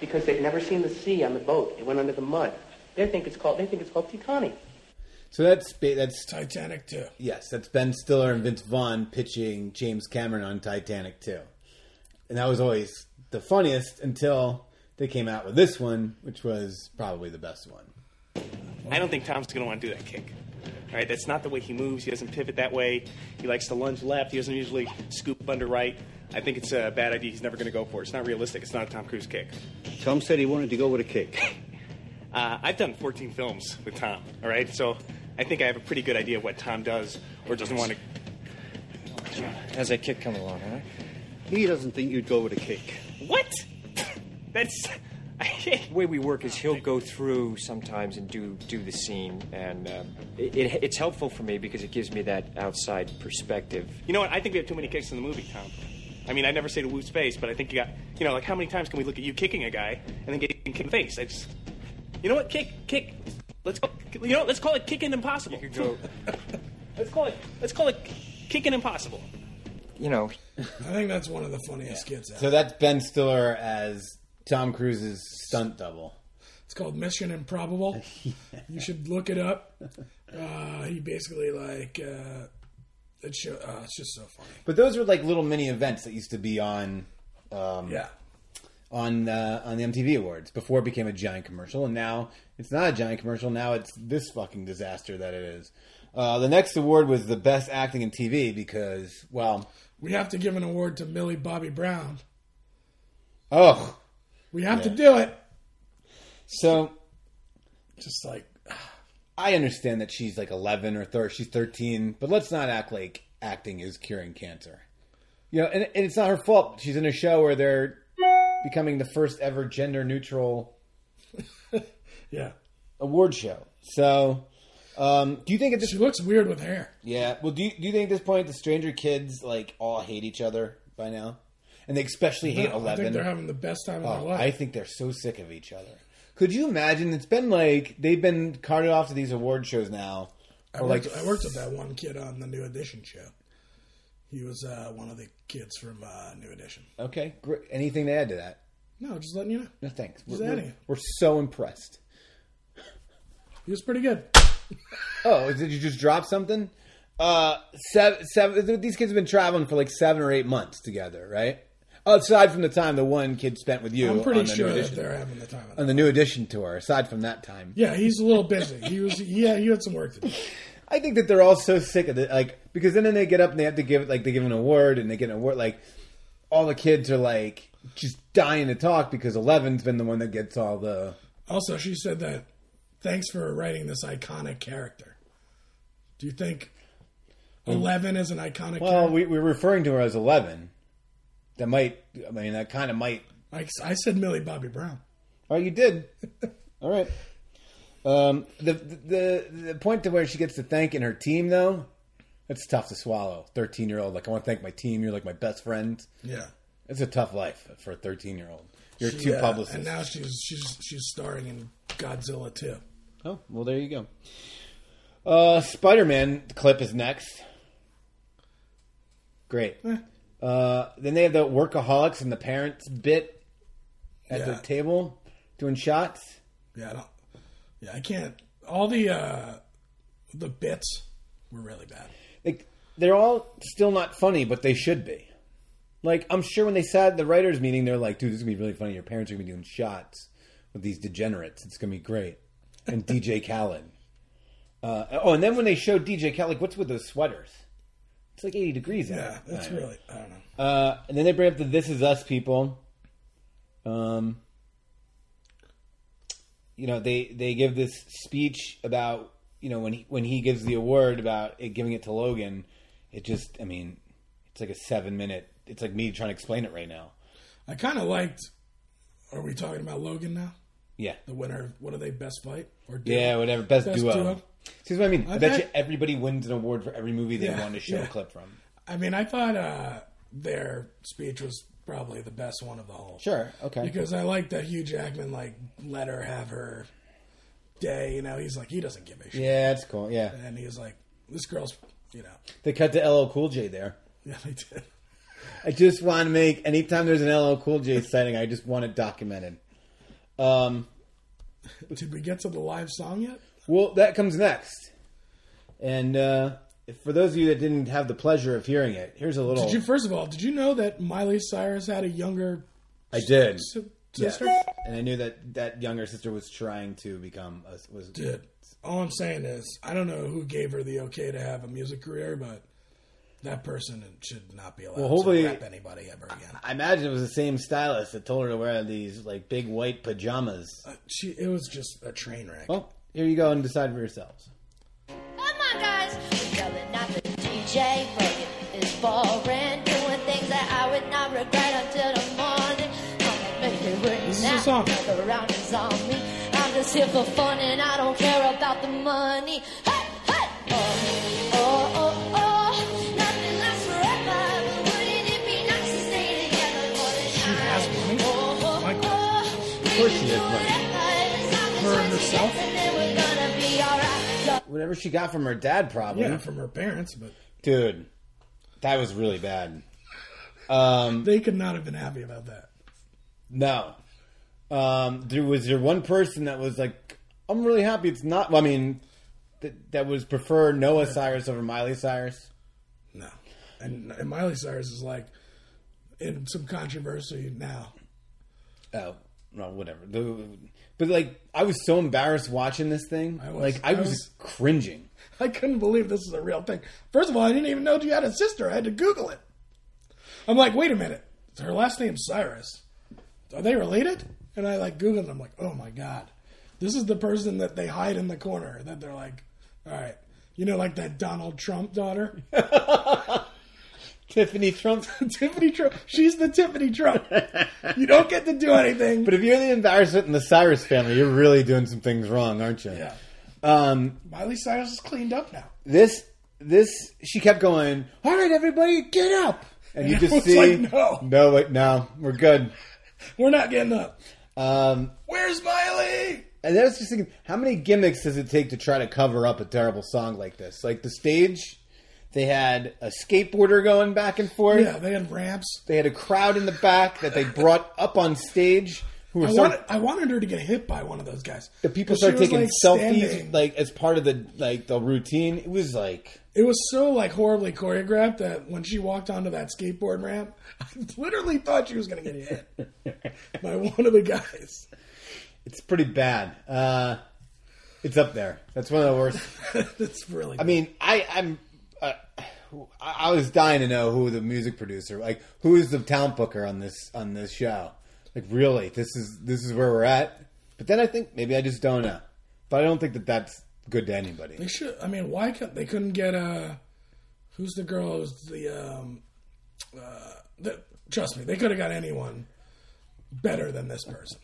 [SPEAKER 10] Because they've never seen the sea on the boat. It went under the mud. They think it's called. They think it's called Titanic.
[SPEAKER 5] So that's ba- that's
[SPEAKER 4] Titanic two.
[SPEAKER 5] Yes, that's Ben Stiller and Vince Vaughn pitching James Cameron on Titanic two, and that was always the funniest until they came out with this one, which was probably the best one.
[SPEAKER 11] I don't think Tom's going to want to do that kick. All right, that's not the way he moves. He doesn't pivot that way. He likes to lunge left. He doesn't usually scoop under right. I think it's a bad idea. He's never going to go for it. It's not realistic. It's not a Tom Cruise kick.
[SPEAKER 12] Tom said he wanted to go with a kick.
[SPEAKER 11] Uh, I've done 14 films with Tom. All right, so I think I have a pretty good idea of what Tom does or doesn't want to.
[SPEAKER 12] How's that kick come along, huh? He doesn't think you'd go with a kick.
[SPEAKER 11] What? That's the
[SPEAKER 12] way we work. Is he'll go through sometimes and do do the scene, and um, it, it, it's helpful for me because it gives me that outside perspective.
[SPEAKER 11] You know what? I think we have too many kicks in the movie, Tom. I mean, I never say to Woo's face, but I think you got, you know, like how many times can we look at you kicking a guy and then getting kicked in the face? I just, you know what? Kick, kick. Let's go. You know, let's call it kicking impossible. let's call it. Let's call it kicking impossible.
[SPEAKER 12] You know,
[SPEAKER 4] I think that's one of the funniest skits. Out.
[SPEAKER 5] So that's Ben Stiller as Tom Cruise's stunt double.
[SPEAKER 4] It's called Mission Improbable. You should look it up. Uh, he basically like uh, it show, uh, it's just so funny.
[SPEAKER 5] But those were like little mini events that used to be on, um,
[SPEAKER 4] Yeah.
[SPEAKER 5] on uh, on the MTV Awards before it became a giant commercial, and now it's not a giant commercial. Now it's this fucking disaster that it is. Uh, the next award was the best acting in TV because, well,
[SPEAKER 4] We have to give an award to Millie Bobby Brown.
[SPEAKER 5] oh,
[SPEAKER 4] We have to
[SPEAKER 5] Yeah.
[SPEAKER 4] do it.
[SPEAKER 5] So,
[SPEAKER 4] just like
[SPEAKER 5] I understand that she's like eleven or thir she's thirteen, but let's not act like acting is curing cancer. You know, and, and it's not her fault. She's in a show where they're becoming the first ever gender neutral
[SPEAKER 4] Yeah.
[SPEAKER 5] award show. So, um, do you think at this
[SPEAKER 4] she looks weird with hair?
[SPEAKER 5] Yeah. Well, do you, do you think at this point the Stranger Kids like all hate each other by now, and they especially hate
[SPEAKER 4] No, I
[SPEAKER 5] Eleven?
[SPEAKER 4] think they're having the best time of
[SPEAKER 5] Oh,
[SPEAKER 4] their life.
[SPEAKER 5] I think they're so sick of each other. Could you imagine? It's been like they've been carted off to these award shows now.
[SPEAKER 4] I
[SPEAKER 5] or
[SPEAKER 4] worked,
[SPEAKER 5] like
[SPEAKER 4] I worked with that one kid on the New Edition show. He was uh, one of the kids from uh, New Edition.
[SPEAKER 5] okay, great. anything to add to that?
[SPEAKER 4] No, just letting you know.
[SPEAKER 5] No thanks.
[SPEAKER 4] Just
[SPEAKER 5] We're, we're-
[SPEAKER 4] adding it.
[SPEAKER 5] we're so impressed.
[SPEAKER 4] He was pretty good.
[SPEAKER 5] Oh, did you just drop something? Uh, seven, seven. These kids have been traveling for like seven or eight months together, right? Aside from the time the one kid spent with you,
[SPEAKER 4] I'm pretty
[SPEAKER 5] on the
[SPEAKER 4] sure
[SPEAKER 5] new
[SPEAKER 4] that
[SPEAKER 5] edition,
[SPEAKER 4] they're having the time of
[SPEAKER 5] on the new edition tour. Aside from that time,
[SPEAKER 4] Yeah, he's a little busy. He was. Yeah, he had some work to do.
[SPEAKER 5] I think that they're all so sick of it, like because then, then they get up and they have to give it like they give an award and they get an award like all the kids are like just dying to talk because Eleven's been the one that gets all the
[SPEAKER 4] Also, she said that thanks for writing this iconic character. Do you think Eleven is an iconic?
[SPEAKER 5] Oh. well we, we're referring to her as Eleven. That might I mean that kind of might
[SPEAKER 4] character? I, I said Millie Bobby Brown.
[SPEAKER 5] Oh, you did. All right. Um, the, the the point to where she gets to thank in her team though, that's tough to swallow. Thirteen year old, like I want to thank my team. You're like my best friend.
[SPEAKER 4] Yeah.
[SPEAKER 5] it's a tough life for a thirteen year old. You're
[SPEAKER 4] She,
[SPEAKER 5] two
[SPEAKER 4] uh,
[SPEAKER 5] publicists.
[SPEAKER 4] and now she's she's she's starring in Godzilla too.
[SPEAKER 5] Oh well, there you go. Uh, Spider Man clip is next. Great. Uh, then they have the workaholics and the parents bit at the
[SPEAKER 4] Yeah.
[SPEAKER 5] table doing shots.
[SPEAKER 4] Yeah, I don't. Yeah, I can't. All the uh, the bits were really bad.
[SPEAKER 5] Like they're all still not funny, but they should be. Like I'm sure when they sat at the writers' meeting, they're like, "Dude, this is gonna be really funny. Your parents are gonna be doing shots with these degenerates. It's gonna be great." And DJ Khaled. Uh, oh, and then when they showed DJ Khaled, like, what's with those sweaters? It's like 80 degrees. out.
[SPEAKER 4] Yeah, that's
[SPEAKER 5] I don't know.
[SPEAKER 4] really. I don't know.
[SPEAKER 5] Uh, and then they bring up the "This Is Us" people. Um, you know they they give this speech about you know when he, when he gives the award about it, giving it to Logan. It just I mean it's like a seven minute it's like me trying to explain it right now.
[SPEAKER 2] I kind of liked. Are we talking about Logan now?
[SPEAKER 5] Yeah.
[SPEAKER 2] The winner. of What are they? Best fight or
[SPEAKER 5] Yeah, whatever. Best, duo. See what I mean? I,
[SPEAKER 2] I
[SPEAKER 5] bet
[SPEAKER 2] bet-
[SPEAKER 5] you everybody wins an award for every movie they
[SPEAKER 2] Yeah,
[SPEAKER 5] want to show
[SPEAKER 2] yeah.
[SPEAKER 5] a clip from.
[SPEAKER 2] I mean, I thought uh, their speech was probably the best one of the whole.
[SPEAKER 5] Sure, okay.
[SPEAKER 2] Because I like that Hugh Jackman like let her have her day. You know, he's like he doesn't give a shit.
[SPEAKER 5] Yeah, that's cool. Yeah.
[SPEAKER 2] And he's like, this girl's, you know,
[SPEAKER 5] They cut to LL Cool J there.
[SPEAKER 2] yeah, they did.
[SPEAKER 5] I just want to make anytime there's an LL Cool J sighting, I just want it documented. Um,
[SPEAKER 2] Did we get to the live song yet?
[SPEAKER 5] well, that comes next. And uh, for those of you that didn't have the pleasure of hearing it, here's a little.
[SPEAKER 2] Did you first of all? Did you know that Miley Cyrus had a younger?
[SPEAKER 5] I did.
[SPEAKER 2] s-
[SPEAKER 5] Yes.
[SPEAKER 2] Sister?
[SPEAKER 5] And I knew that that younger sister was trying to become a, was
[SPEAKER 2] Dude, all I'm saying is I don't know who gave her the okay to have a music career, but that person should not be allowed
[SPEAKER 5] Well, hopefully-
[SPEAKER 2] to rap anybody ever again.
[SPEAKER 5] I imagine it was the same stylist that told her to wear these like big white pajamas.
[SPEAKER 2] She, it was just a train wreck.
[SPEAKER 5] Well, here you go and decide for yourselves.
[SPEAKER 3] Come on, guys. We're going out the DJ playing this boring, doing things that I would not regret until the morning. I'ma make it rain
[SPEAKER 2] This is
[SPEAKER 3] now.
[SPEAKER 2] a song.
[SPEAKER 3] Another round is on me. I'm just here for fun and I don't care about the money. Hey, hey. Oh, oh, oh, oh. Nothing lasts forever. Wouldn't it be nice to stay together for the night? Oh, oh, oh.
[SPEAKER 5] Of course she is money.
[SPEAKER 2] Her and herself?
[SPEAKER 3] And then we're gonna be alright.
[SPEAKER 5] Whatever she got from her dad, probably.
[SPEAKER 2] Yeah, from her parents, but
[SPEAKER 5] Dude, that was really bad. Um,
[SPEAKER 2] they could not have been happy about that.
[SPEAKER 5] No. Um, there was there one person that was like, I'm really happy it's not. Well, I mean, th- that was prefer Noah Cyrus over Miley Cyrus.
[SPEAKER 2] No. And, and Miley Cyrus is like in some controversy now.
[SPEAKER 5] Oh, no, whatever. The- But like, I was so embarrassed watching this thing.
[SPEAKER 2] was-
[SPEAKER 5] like, I,
[SPEAKER 2] I
[SPEAKER 5] was,
[SPEAKER 2] was-
[SPEAKER 5] cringing.
[SPEAKER 2] I couldn't believe this is a real thing. First of all, I didn't even know you had a sister. I had to Google it. I'm like, wait a minute. Her last name's Cyrus. Are they related? And I like Googled it. I'm like, oh my God. This is the person that they hide in the corner that they're like, all right. You know, like that Donald Trump daughter?
[SPEAKER 5] Tiffany Trump.
[SPEAKER 2] Tiffany Trump. She's the Tiffany Trump. You don't get to do anything.
[SPEAKER 5] But if you're the embarrassment in the Cyrus family, you're really doing some things wrong, aren't you?
[SPEAKER 2] Yeah.
[SPEAKER 5] Um,
[SPEAKER 2] Miley Cyrus is cleaned up now.
[SPEAKER 5] this this she kept going. All right, everybody, get up. And,
[SPEAKER 2] And
[SPEAKER 5] you
[SPEAKER 2] I
[SPEAKER 5] just
[SPEAKER 2] was
[SPEAKER 5] see
[SPEAKER 2] like, no.
[SPEAKER 5] no, wait, no, we're good.
[SPEAKER 2] We're not getting up.
[SPEAKER 5] Um,
[SPEAKER 2] Where's Miley?
[SPEAKER 5] And then I was just thinking, how many gimmicks does it take to try to cover up a terrible song like this? Like the stage, they had a skateboarder going back and forth.
[SPEAKER 2] Yeah, they had ramps.
[SPEAKER 5] They had a crowd in the back that they brought up on stage. Who were
[SPEAKER 2] I
[SPEAKER 5] so-
[SPEAKER 2] wanted, I wanted her to get hit by one of those guys.
[SPEAKER 5] the people
[SPEAKER 2] 'Cause she
[SPEAKER 5] started
[SPEAKER 2] was,
[SPEAKER 5] taking
[SPEAKER 2] like,
[SPEAKER 5] selfies,
[SPEAKER 2] standing.
[SPEAKER 5] like as part of the like the routine. It was like
[SPEAKER 2] It was so like horribly choreographed that when she walked onto that skateboard ramp, I literally thought she was going to get hit by one of the guys.
[SPEAKER 5] it's pretty bad. Uh, it's up there. That's one of the worst.
[SPEAKER 2] That's really.
[SPEAKER 5] I mean, I, I'm. Uh, I I was dying to know who the music producer, like who is the talent booker on this on this show. Like, really, this is this is where we're at. But then I think maybe I just don't know. But I don't think that that's good to anybody.
[SPEAKER 2] They should. I mean, why could they couldn't get uh Who's the girl? Who's the um? Uh, the, trust me, they could have got anyone better than this person.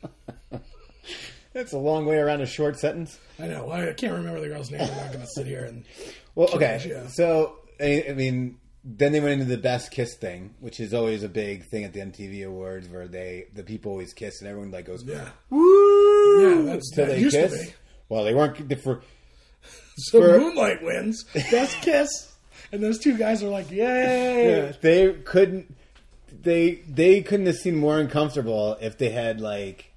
[SPEAKER 5] That's a long way around a short sentence.
[SPEAKER 2] I know. I can't remember the girl's name. I'm not going to sit here and.
[SPEAKER 5] Well, okay.
[SPEAKER 2] Yeah.
[SPEAKER 5] So I, I mean, then they went into the best kiss thing, which is always a big thing at the MTV Awards, where they the people always kiss and everyone like goes,
[SPEAKER 2] Yeah.
[SPEAKER 5] woo,
[SPEAKER 2] Yeah, that's-
[SPEAKER 5] till
[SPEAKER 2] that
[SPEAKER 5] they
[SPEAKER 2] used to
[SPEAKER 5] kiss.
[SPEAKER 2] be.
[SPEAKER 5] Well, they weren't for
[SPEAKER 2] So
[SPEAKER 5] For-
[SPEAKER 2] Moonlight wins. Best kiss. And those two guys are like, yay!
[SPEAKER 5] Yeah, they couldn't they they couldn't have seemed more uncomfortable if they had like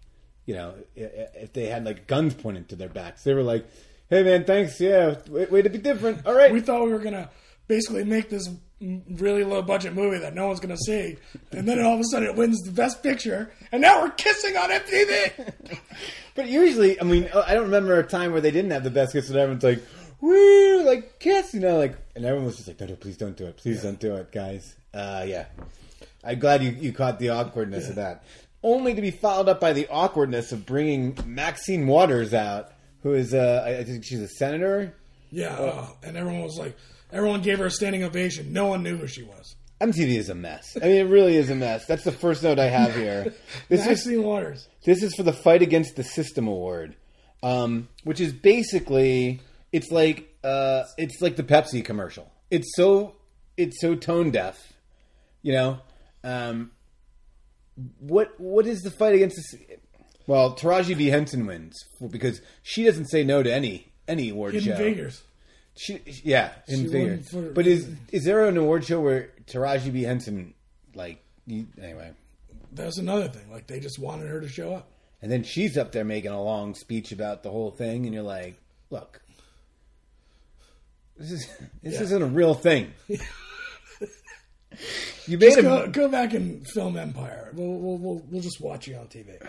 [SPEAKER 5] you know i- i- if they had like guns pointed to their backs they were like hey man thanks yeah way, way to be different all right
[SPEAKER 2] We thought we were going to basically make this m- really low budget movie that no one's going to see. And then all of a sudden it wins the best picture. And now we're kissing on MTV!
[SPEAKER 5] but usually i mean i don't remember a time where they didn't have the best kiss and everyone's like woo like kiss you know like and everyone was just like no no please don't do it please don't do it guys uh yeah i'm glad you, you caught the awkwardness of that only to be followed up by the awkwardness of bringing maxine waters out who is uh i I think she's a senator
[SPEAKER 2] uh, Yeah. oh, and everyone was like, everyone gave her a standing ovation. No one knew who she was.
[SPEAKER 5] MTV is a mess. I mean, it really is a mess. That's the first note I have here. This is
[SPEAKER 2] Maxine Waters.
[SPEAKER 5] this is for the Fight Against the System Award, um, which is basically it's like uh, it's like the Pepsi commercial. It's so it's so tone deaf, you know. Um, what what is the fight against this? Well, Taraji B Henson wins because she doesn't say no to any any award
[SPEAKER 2] Hidden
[SPEAKER 5] show.
[SPEAKER 2] Figures.
[SPEAKER 5] She, yeah,
[SPEAKER 2] She
[SPEAKER 5] in
[SPEAKER 2] won
[SPEAKER 5] figure.
[SPEAKER 2] for-
[SPEAKER 5] But is is there an award show where Taraji B Henson like you, anyway?
[SPEAKER 2] That was another thing. Like they just wanted her to show up.
[SPEAKER 5] And then she's up there making a long speech about the whole thing, and you're like, look, this is this
[SPEAKER 2] Yeah.
[SPEAKER 5] isn't a real thing. you made
[SPEAKER 2] Just
[SPEAKER 5] a
[SPEAKER 2] go, go back and film Empire. We'll, we'll, we'll, we'll just watch you on TV.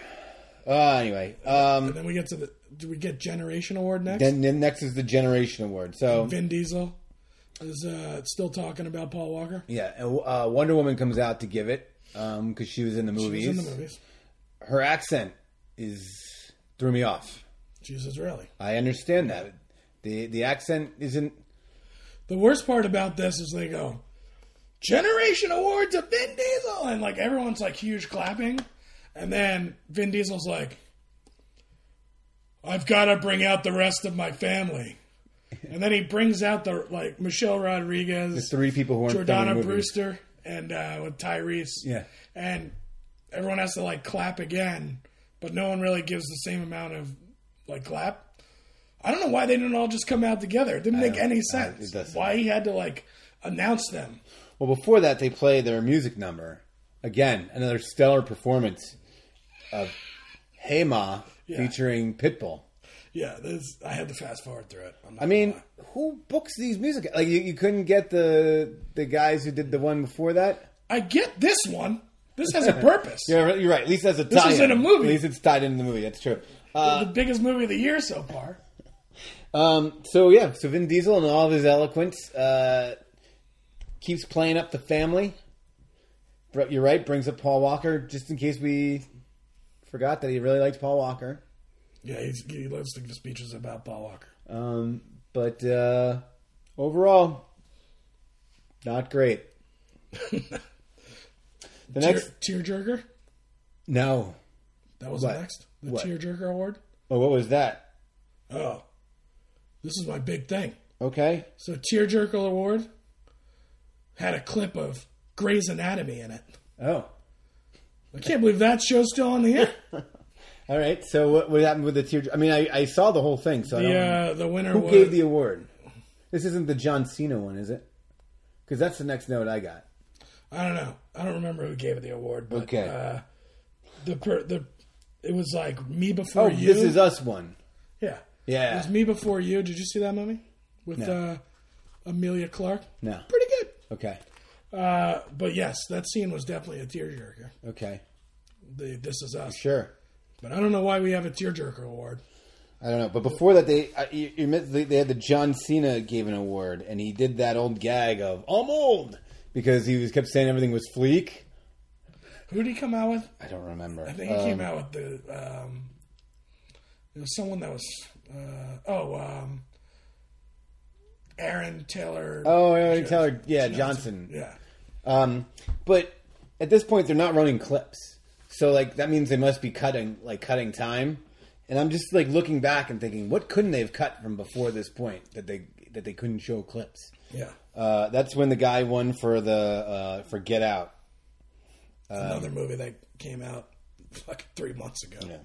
[SPEAKER 5] uh, anyway. Um,
[SPEAKER 2] and then we get to the. Do we get Generation Award next?
[SPEAKER 5] then, then next is the Generation Award. So
[SPEAKER 2] Vin Diesel is uh, still talking about Paul Walker.
[SPEAKER 5] yeah, and, uh, Wonder Woman comes out to give it because she was in the movies.
[SPEAKER 2] She was in the movies.
[SPEAKER 5] Her accent is threw me off.
[SPEAKER 2] She's Israeli.
[SPEAKER 5] I understand that. The the accent isn't
[SPEAKER 2] The worst part about this is they go, Generation Award to Vin Diesel! And like everyone's like huge clapping. And then Vin Diesel's like, I've got to bring out the rest of my family. And then he brings out the like Michelle Rodriguez,
[SPEAKER 5] the three people who aren't filming
[SPEAKER 2] Jordana
[SPEAKER 5] movies.
[SPEAKER 2] Brewster, and uh, with Tyrese.
[SPEAKER 5] Yeah.
[SPEAKER 2] and everyone has to like clap again, but no one really gives the same amount of like clap. I don't know why they didn't all just come out together. It didn't
[SPEAKER 5] I
[SPEAKER 2] make
[SPEAKER 5] don't-
[SPEAKER 2] any
[SPEAKER 5] I-
[SPEAKER 2] sense.
[SPEAKER 5] it doesn't.
[SPEAKER 2] why he had to like announce them?
[SPEAKER 5] Well, before that, they play their music number. Again, another stellar performance of Hey Ma
[SPEAKER 2] Yeah.
[SPEAKER 5] featuring Pitbull.
[SPEAKER 2] Yeah, this I had to fast forward through it. I'm not
[SPEAKER 5] I mean, who books these music? Like you, you couldn't get the the guys who did the one before that.
[SPEAKER 2] I get this one. This has a purpose.
[SPEAKER 5] you're, right- you're right. At least as a
[SPEAKER 2] This
[SPEAKER 5] tie
[SPEAKER 2] is in a movie.
[SPEAKER 5] At least it's tied into the movie. That's true.
[SPEAKER 2] Uh, the biggest movie of the year so far.
[SPEAKER 5] Um, so yeah, so Vin Diesel and all of his eloquence uh, keeps playing up the family. Br- You're right. Brings up Paul Walker just in case we forgot that he really liked Paul Walker.
[SPEAKER 2] Yeah, he's, he loves to give speeches about Paul Walker.
[SPEAKER 5] Um, but uh, overall, not great. the next,
[SPEAKER 2] Tear, tearjerker.
[SPEAKER 5] no.
[SPEAKER 2] That was
[SPEAKER 5] What?
[SPEAKER 2] next. The
[SPEAKER 5] What?
[SPEAKER 2] tearjerker award.
[SPEAKER 5] Oh, what was that?
[SPEAKER 2] Oh, this is my big thing.
[SPEAKER 5] Okay.
[SPEAKER 2] So Tearjerker Award had a clip of Grey's Anatomy in it.
[SPEAKER 5] Oh,
[SPEAKER 2] I can't believe that show's still on the air.
[SPEAKER 5] all right. So what, what happened with the tear? I mean, I, I saw the whole thing. So I
[SPEAKER 2] The,
[SPEAKER 5] don't-
[SPEAKER 2] uh, the winner
[SPEAKER 5] Who
[SPEAKER 2] was-
[SPEAKER 5] gave the award? This isn't the John Cena one, is it? Because that's the next note I got.
[SPEAKER 2] I don't know. I don't remember who gave it the award, but
[SPEAKER 5] Okay.
[SPEAKER 2] uh, the per, the it was like me before
[SPEAKER 5] oh,
[SPEAKER 2] you.
[SPEAKER 5] this is us one.
[SPEAKER 2] Yeah,
[SPEAKER 5] Yeah.
[SPEAKER 2] It was me before you. Did you see that movie with
[SPEAKER 5] No.
[SPEAKER 2] uh, Amelia Clark?
[SPEAKER 5] No.
[SPEAKER 2] Pretty good.
[SPEAKER 5] Okay.
[SPEAKER 2] Uh, but yes, that scene was definitely a tearjerker.
[SPEAKER 5] Okay.
[SPEAKER 2] The This Is Us.
[SPEAKER 5] Sure.
[SPEAKER 2] But I don't know why we have a tearjerker award.
[SPEAKER 5] I don't know, but before that, they I, you, you meant they, they had the John Cena gave an award, and he did that old gag of "I'm old" because he was kept saying everything was fleek.
[SPEAKER 2] Who did he come out with?
[SPEAKER 5] I don't remember. Uh,
[SPEAKER 2] I think he
[SPEAKER 5] Um,
[SPEAKER 2] came out with the. Um, it was someone that was. Uh, oh, um, Aaron Taylor.
[SPEAKER 5] Oh, Aaron Taylor, yeah, Johnson.
[SPEAKER 2] Yeah.
[SPEAKER 5] Um, but at this point, they're not running clips, so like that means they must be cutting like cutting time. And I'm just like looking back and thinking, what couldn't they have cut from before this point that they that they couldn't show clips?
[SPEAKER 2] Yeah.
[SPEAKER 5] Uh, that's when the guy won for the uh, for Get Out. Um,
[SPEAKER 2] Another movie that came out like three months ago. Yeah.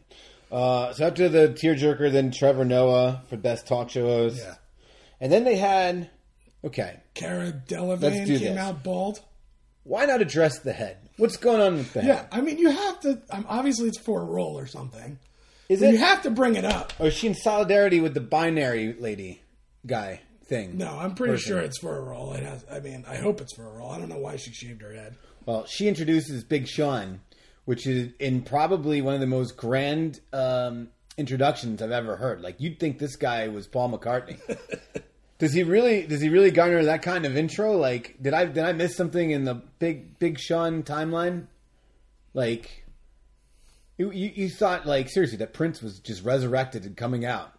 [SPEAKER 5] Uh, so after the tearjerker, then Trevor Noah for best talk show host.
[SPEAKER 2] Yeah.
[SPEAKER 5] And then they had okay.
[SPEAKER 2] Cara
[SPEAKER 5] Let's
[SPEAKER 2] Delevingne
[SPEAKER 5] do
[SPEAKER 2] came
[SPEAKER 5] this.
[SPEAKER 2] out bald.
[SPEAKER 5] Why not address the head? What's going on with the head?
[SPEAKER 2] Yeah, I mean, you have to. Um, obviously, it's for a role or something.
[SPEAKER 5] Is
[SPEAKER 2] But
[SPEAKER 5] it?
[SPEAKER 2] You have to bring it up.
[SPEAKER 5] Or is she in solidarity with the binary lady guy thing?
[SPEAKER 2] No, I'm pretty
[SPEAKER 5] Person.
[SPEAKER 2] sure it's for a role. It has. I mean, I hope it's for a role. I don't know why she shaved her head.
[SPEAKER 5] Well, she introduces Big Sean, which is in probably one of the most grand um, introductions I've ever heard. Like you'd think this guy was Paul McCartney. does he really? Does he really garner that kind of intro? Like, did I did I miss something in the Big Big Sean timeline? Like, you you, you thought like seriously that Prince was just resurrected and coming out.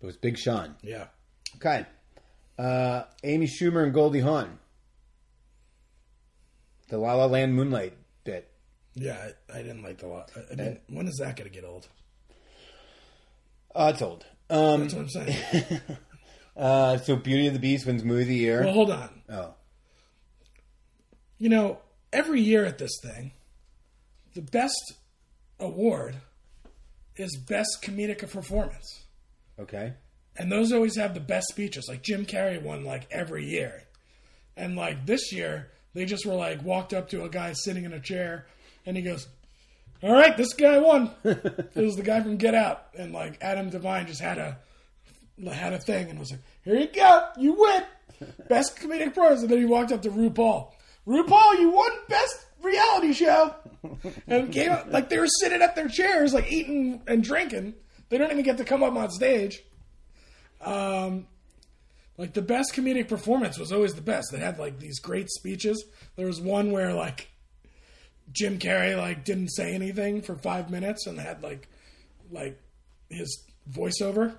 [SPEAKER 5] It was Big Sean.
[SPEAKER 2] Yeah.
[SPEAKER 5] Okay. Uh, Amy Schumer and Goldie Hawn. The La La Land Moonlight bit.
[SPEAKER 2] Yeah, I, I didn't like the lot. I, I mean, when is that going to get old?
[SPEAKER 5] Uh, it's old. Um,
[SPEAKER 2] That's what I'm saying.
[SPEAKER 5] uh, so Beauty and the Beast wins movie of the year.
[SPEAKER 2] Well, hold on.
[SPEAKER 5] Oh,
[SPEAKER 2] You know, every year at this thing, the best award is best comedic performance.
[SPEAKER 5] okay.
[SPEAKER 2] And those always have the best speeches. Like Jim Carrey won like every year. And like this year, they just were like walked up to a guy sitting in a chair and he goes, All right, this guy won. it was the guy from Get Out. And like Adam Devine just had a had a thing and was like, Here you go, you win. Best comedic performance. And then he walked up to RuPaul. RuPaul, you won best reality show. And came up like they were sitting at their chairs, like eating and drinking. They don't even get to come up on stage um, like the best comedic performance was always the best. They had like these great speeches. There was one where like Jim Carrey like didn't say anything for five minutes and had like like his voiceover.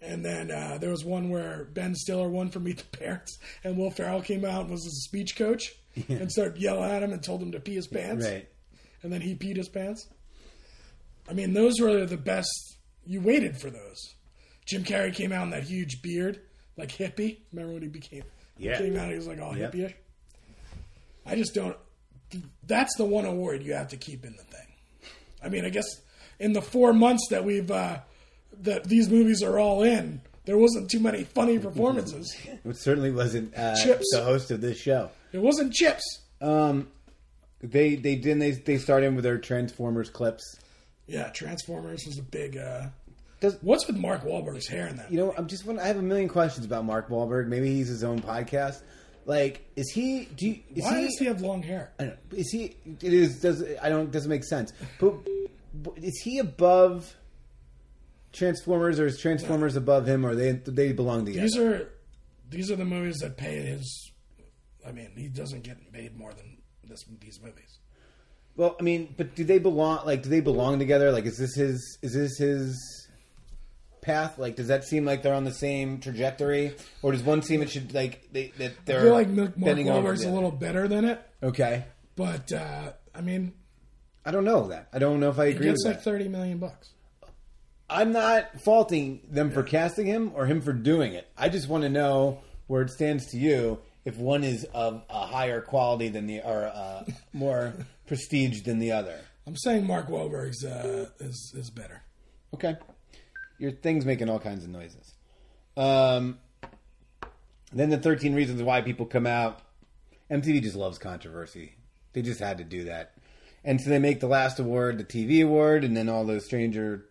[SPEAKER 2] And then uh, there was one where Ben Stiller won for Meet the Parents, and Will Ferrell came out and was his speech coach and started yelling at him and told him to pee his pants.
[SPEAKER 5] Right.
[SPEAKER 2] And then he peed his pants. I mean, those were the best. You waited for those. Jim Carrey came out in that huge beard, like hippie. Remember when he became?
[SPEAKER 5] Yeah.
[SPEAKER 2] Came out, he was like all
[SPEAKER 5] Yep.
[SPEAKER 2] hippie. I just don't. That's the one award you have to keep in the thing. I mean, I guess in the four months that we've uh, that these movies are all in, there wasn't too many funny performances.
[SPEAKER 5] It certainly wasn't uh,
[SPEAKER 2] Chips.
[SPEAKER 5] the host of this show.
[SPEAKER 2] It wasn't Chips.
[SPEAKER 5] Um, they they didn't they they start in with their Transformers clips.
[SPEAKER 2] yeah, Transformers was a big. Uh, what's with Mark Wahlberg's hair in that?
[SPEAKER 5] You know, I'm just wondering. I have a million questions about Mark Wahlberg. Maybe he's his own podcast. Like, is he? Do you, is
[SPEAKER 2] Why
[SPEAKER 5] he,
[SPEAKER 2] does he have long hair?
[SPEAKER 5] I don't know. Is he? It is. Does I don't. Doesn't make sense. But, but is he above Transformers, or is Transformers above him, or they they belong together?
[SPEAKER 2] These are these are the movies that pay his. I mean, he doesn't get paid more than this these movies.
[SPEAKER 5] well, I mean, but do they belong? Like, do they belong together? Like, is this his? Is this his path? Like, does that seem like they're on the same trajectory, or does one seem it should like they that they're
[SPEAKER 2] I feel like Mark
[SPEAKER 5] bending over
[SPEAKER 2] Wahlberg's
[SPEAKER 5] the
[SPEAKER 2] a
[SPEAKER 5] other?
[SPEAKER 2] little better than it,
[SPEAKER 5] Okay,
[SPEAKER 2] but uh, I mean,
[SPEAKER 5] I don't know that. I don't know if I
[SPEAKER 2] he
[SPEAKER 5] agree with
[SPEAKER 2] gets like
[SPEAKER 5] that.
[SPEAKER 2] thirty million bucks.
[SPEAKER 5] I'm not faulting them for casting him or him for doing it. I just want to know where it stands to you if one is of a higher quality than the or uh, more prestige than the other.
[SPEAKER 2] I'm saying Mark Wahlberg's uh, is is better.
[SPEAKER 5] Okay, your thing's making all kinds of noises. Um, then the 13 reasons why people come out. MTV just loves controversy. They just had to do that, and so they make the last award the TV award, and then all those Stranger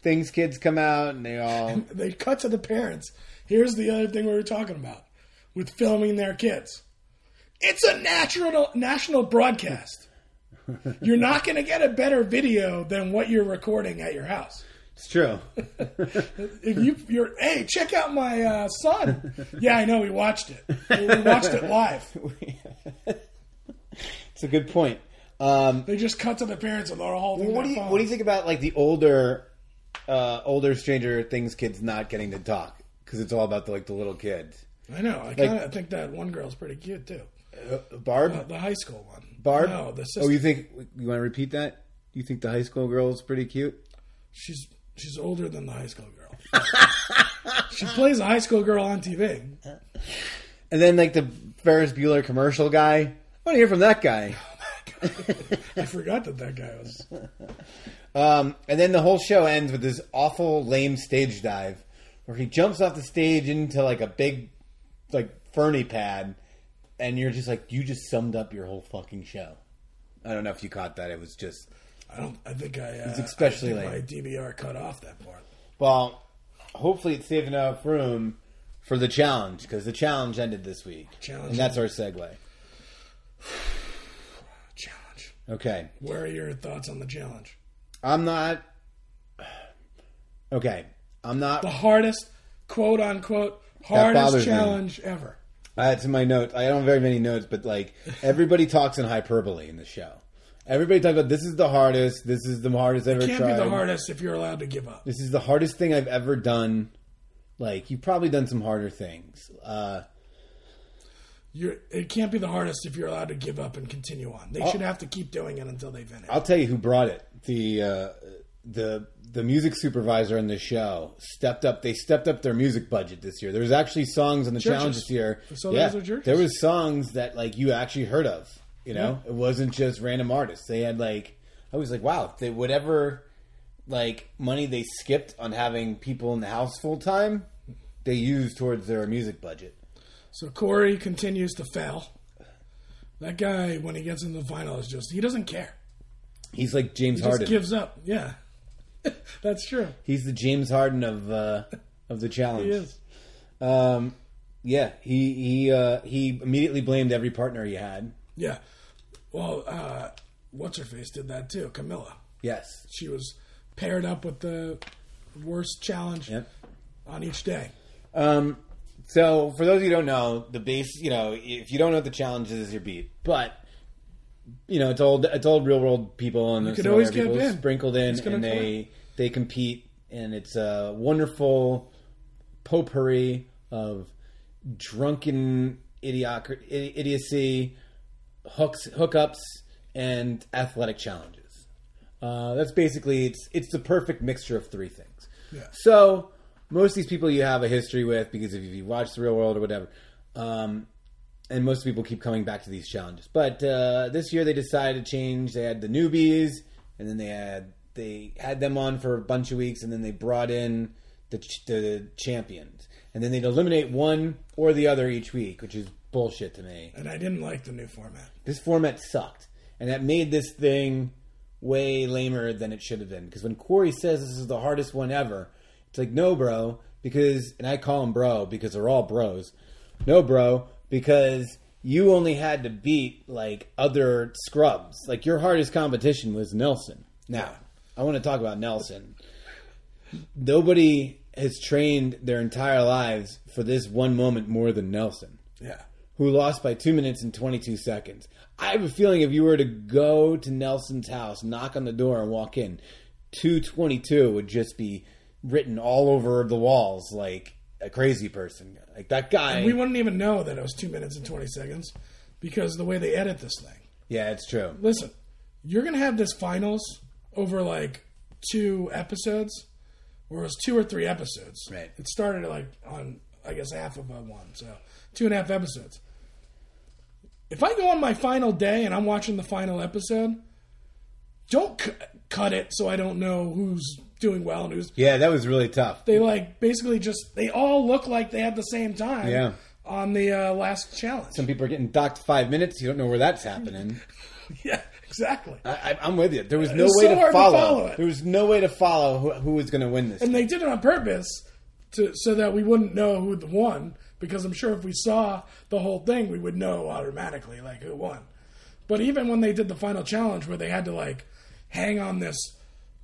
[SPEAKER 5] Things kids come out, and they all.
[SPEAKER 2] They cut to the parents. Here's the other thing we were talking about with filming their kids. It's a natural national broadcast. You're not going to get a better video than what you're recording at your house.
[SPEAKER 5] It's true.
[SPEAKER 2] if you you're hey check out my uh, son yeah i know we watched it we watched it live
[SPEAKER 5] It's a good point. Um,
[SPEAKER 2] they just cut to the parents and they're holding
[SPEAKER 5] what
[SPEAKER 2] their
[SPEAKER 5] do you
[SPEAKER 2] phone.
[SPEAKER 5] what do you think about like the older uh, older Stranger Things kids not getting to talk because it's all about the, like the little kids?
[SPEAKER 2] i know i
[SPEAKER 5] Like-
[SPEAKER 2] kind of think that one girl's pretty cute too
[SPEAKER 5] Barb,
[SPEAKER 2] Uh, the high school one
[SPEAKER 5] Barb.
[SPEAKER 2] no the sister
[SPEAKER 5] oh, you think you want to repeat that? You think the high school girl's pretty cute?
[SPEAKER 2] she's she's older than the high school girl she plays a high school girl on tv
[SPEAKER 5] And then like the Ferris Bueller commercial guy. I want to hear from that guy.
[SPEAKER 2] i forgot that that guy was
[SPEAKER 5] Um, and then the whole show ends with this awful lame stage dive where he jumps off the stage into like a big like ferny pad and you're just like you just summed up your whole fucking show. I don't know if you caught that. It was just
[SPEAKER 2] i don't i think i uh,
[SPEAKER 5] It's especially
[SPEAKER 2] I think
[SPEAKER 5] late.
[SPEAKER 2] my dvr cut off that part
[SPEAKER 5] well, hopefully it's saved enough room for the challenge because the challenge ended this week.
[SPEAKER 2] Challenge.
[SPEAKER 5] And that's our segue.
[SPEAKER 2] challenge
[SPEAKER 5] Okay.
[SPEAKER 2] where are your thoughts on the challenge
[SPEAKER 5] I'm not Okay. I'm not
[SPEAKER 2] the hardest quote unquote
[SPEAKER 5] bothers
[SPEAKER 2] hardest
[SPEAKER 5] me.
[SPEAKER 2] challenge ever
[SPEAKER 5] That's in my notes. I don't have very many notes, but like everybody talks in hyperbole in the show. Everybody talks about this is the hardest. This is the hardest I've ever
[SPEAKER 2] It can't
[SPEAKER 5] tried.
[SPEAKER 2] be the hardest if you're allowed to give up.
[SPEAKER 5] This is the hardest thing I've ever done. Like you've probably done some harder things. Uh,
[SPEAKER 2] you're it can't be the hardest if you're allowed to give up and continue on. They
[SPEAKER 5] Oh.
[SPEAKER 2] should have to keep doing it until they finish.
[SPEAKER 5] I'll tell you who brought it. The uh, the the music supervisor in the show stepped up. They stepped up their music budget this year. There was actually songs on the
[SPEAKER 2] Churches.
[SPEAKER 5] challenge this year.
[SPEAKER 2] So
[SPEAKER 5] yeah,
[SPEAKER 2] those are churches.
[SPEAKER 5] there was songs that like you actually heard of. You know,
[SPEAKER 2] Yeah.
[SPEAKER 5] it wasn't just random artists. They had like I was like, wow, they whatever like money they skipped on having people in the house full time, they used towards their music budget.
[SPEAKER 2] So Corey continues to fail. That guy, when he gets in the final, is just he doesn't care.
[SPEAKER 5] He's like James
[SPEAKER 2] He
[SPEAKER 5] Harden.
[SPEAKER 2] just gives up. Yeah, that's true.
[SPEAKER 5] He's the James Harden of uh, of the challenge.
[SPEAKER 2] He is.
[SPEAKER 5] Um, yeah, he he uh, he immediately blamed every partner he had.
[SPEAKER 2] Yeah. Well, uh, what's her face did that too, Camilla.
[SPEAKER 5] Yes.
[SPEAKER 2] She was paired up with the worst challenge
[SPEAKER 5] Yep.
[SPEAKER 2] on each day.
[SPEAKER 5] Um, so for those of you who don't know, the base, you know, if you don't know what the challenge is, you're beat. But you know, it's old, it's old real world people and
[SPEAKER 2] You could
[SPEAKER 5] some
[SPEAKER 2] always
[SPEAKER 5] other
[SPEAKER 2] get
[SPEAKER 5] people
[SPEAKER 2] in.
[SPEAKER 5] sprinkled in,
[SPEAKER 2] It's gonna
[SPEAKER 5] and they they compete, and it's a wonderful potpourri of drunken idioc- idi- idiocy, hooks, hookups, and athletic challenges. Uh, that's basically it's it's the perfect mixture of three things. So most of these people you have a history with because if you watch the real world or whatever, um, and most people keep coming back to these challenges. But uh, this year they decided to change. They had the newbies, and then they had they had them on for a bunch of weeks, and then they brought in the ch- the champions, and then they'd eliminate one or the other each week, which is bullshit to me.
[SPEAKER 2] And I didn't like the new format.
[SPEAKER 5] This format sucked, and that made this thing way lamer than it should have been. Because when Corey says this is the hardest one ever, it's like no, bro, because and I call him bro because they're all bros. No, bro, because you only had to beat like other scrubs. Like your hardest competition was Nelson. Now, I want to talk about Nelson. Nobody has trained their entire lives for this one moment more than Nelson
[SPEAKER 2] Yeah.
[SPEAKER 5] who lost by two minutes and 22 seconds. I have a feeling if you were to go to Nelson's house, knock on the door, and walk in, 222 would just be written all over the walls like a crazy person. Like that guy.
[SPEAKER 2] And we wouldn't even know that it was two minutes and twenty seconds because the way they edit this thing.
[SPEAKER 5] yeah, it's true.
[SPEAKER 2] Listen, you're gonna have this finals over like two episodes, or it was two or three episodes. Right. It started like on I guess half of a one, so two and a half episodes. If I go on my final day and I'm watching the final episode, don't cu- cut it so I don't know who's doing well and who's.
[SPEAKER 5] Yeah, that was really tough.
[SPEAKER 2] They like basically just they all look like they had the same time.
[SPEAKER 5] Yeah.
[SPEAKER 2] On the uh, last challenge.
[SPEAKER 5] Some people are getting docked five minutes. You don't know where that's happening.
[SPEAKER 2] Yeah. Exactly.
[SPEAKER 5] I, I, I'm with you. There was no
[SPEAKER 2] It's
[SPEAKER 5] way
[SPEAKER 2] so
[SPEAKER 5] to,
[SPEAKER 2] hard to
[SPEAKER 5] follow.
[SPEAKER 2] follow it.
[SPEAKER 5] There was no way to follow who, who was going to win this.
[SPEAKER 2] And they did it on purpose to so that we wouldn't know who won because I'm sure if we saw the whole thing, we would know automatically like who won. But even when they did the final challenge where they had to like hang on this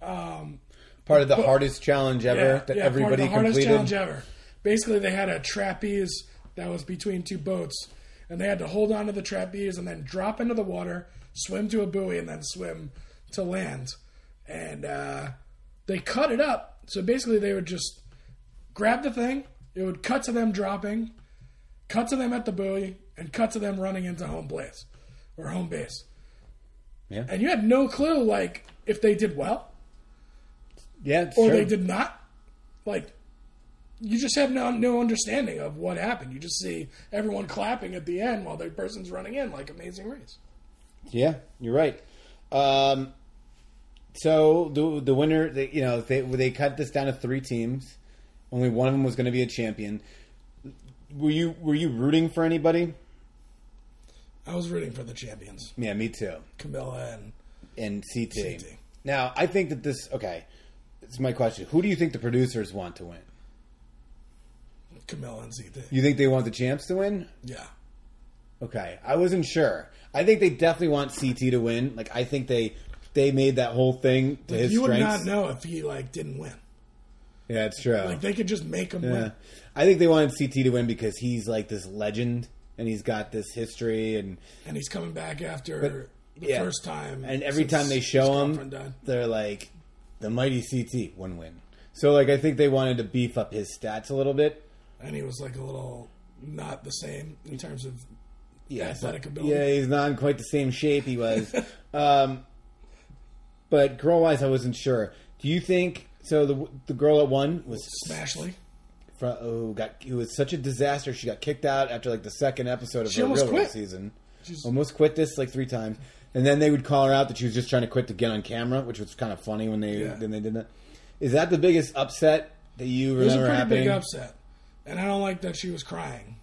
[SPEAKER 2] um,
[SPEAKER 5] Part of the
[SPEAKER 2] but-
[SPEAKER 5] hardest challenge ever that
[SPEAKER 2] part of
[SPEAKER 5] everybody
[SPEAKER 2] the hardest
[SPEAKER 5] completed.
[SPEAKER 2] challenge ever. Basically, they had a trapeze that was between two boats, and they had to hold on to the trapeze and then drop into the water, swim to a buoy, and then swim to land. And uh, they cut it up. So basically, they would just grab the thing. It would cut to them dropping, cut to them at the buoy, and cut to them running into home place or home base.
[SPEAKER 5] Yeah.
[SPEAKER 2] And you had no clue, like if they did well
[SPEAKER 5] Yeah, it's
[SPEAKER 2] or
[SPEAKER 5] true.
[SPEAKER 2] they did not. Like, you just have no no understanding of what happened. You just see everyone clapping at the end while the person's running in, like Amazing Race.
[SPEAKER 5] Yeah, you're right. Um, so the the winner, they, you know, they they cut this down to three teams. Only one of them was going to be a champion. Were you were you rooting for anybody?
[SPEAKER 2] I was rooting for the champions,
[SPEAKER 5] Yeah, me too.
[SPEAKER 2] Camilla and
[SPEAKER 5] And CT.
[SPEAKER 2] CT.
[SPEAKER 5] Now I think that this okay. This is my question. Who do you think the producers want to win?
[SPEAKER 2] Camilla and ZD.
[SPEAKER 5] You think they want the champs to win?
[SPEAKER 2] Yeah,
[SPEAKER 5] Okay, I wasn't sure. I think they definitely want CT to win. Like I think they they made that whole thing to
[SPEAKER 2] Like,
[SPEAKER 5] his
[SPEAKER 2] you would
[SPEAKER 5] strengths.
[SPEAKER 2] not know if he like didn't win.
[SPEAKER 5] Yeah, it's true.
[SPEAKER 2] Like they could just make him
[SPEAKER 5] Yeah.
[SPEAKER 2] win.
[SPEAKER 5] I think they wanted CT to win because he's like this legend and he's got this history and
[SPEAKER 2] And he's coming back after
[SPEAKER 5] But-
[SPEAKER 2] the
[SPEAKER 5] yeah.
[SPEAKER 2] first time.
[SPEAKER 5] and every
[SPEAKER 2] since
[SPEAKER 5] time they
[SPEAKER 2] his
[SPEAKER 5] show him
[SPEAKER 2] girlfriend died.
[SPEAKER 5] they're like the mighty CT one win. So like I think they wanted to beef up his stats a little bit.
[SPEAKER 2] and he was like a little not the same in terms of
[SPEAKER 5] yeah,
[SPEAKER 2] athletic
[SPEAKER 5] but-
[SPEAKER 2] ability.
[SPEAKER 5] Yeah, he's not in quite the same shape he was. um, but girl wise, I wasn't sure. Do you think so? The the girl that won was
[SPEAKER 2] Smashley.
[SPEAKER 5] From, oh, got it was such a disaster. She got kicked out after like the second episode of
[SPEAKER 2] She
[SPEAKER 5] her
[SPEAKER 2] almost
[SPEAKER 5] real world
[SPEAKER 2] quit.
[SPEAKER 5] season.
[SPEAKER 2] She's-
[SPEAKER 5] Almost quit this like three times, and then they would call her out that she was just trying to quit to get on camera, which was kind of funny when they
[SPEAKER 2] Yeah.
[SPEAKER 5] then they did that. Is that the biggest upset that you
[SPEAKER 2] It was a
[SPEAKER 5] remember
[SPEAKER 2] pretty
[SPEAKER 5] happening?
[SPEAKER 2] big upset, and I don't like that she was crying.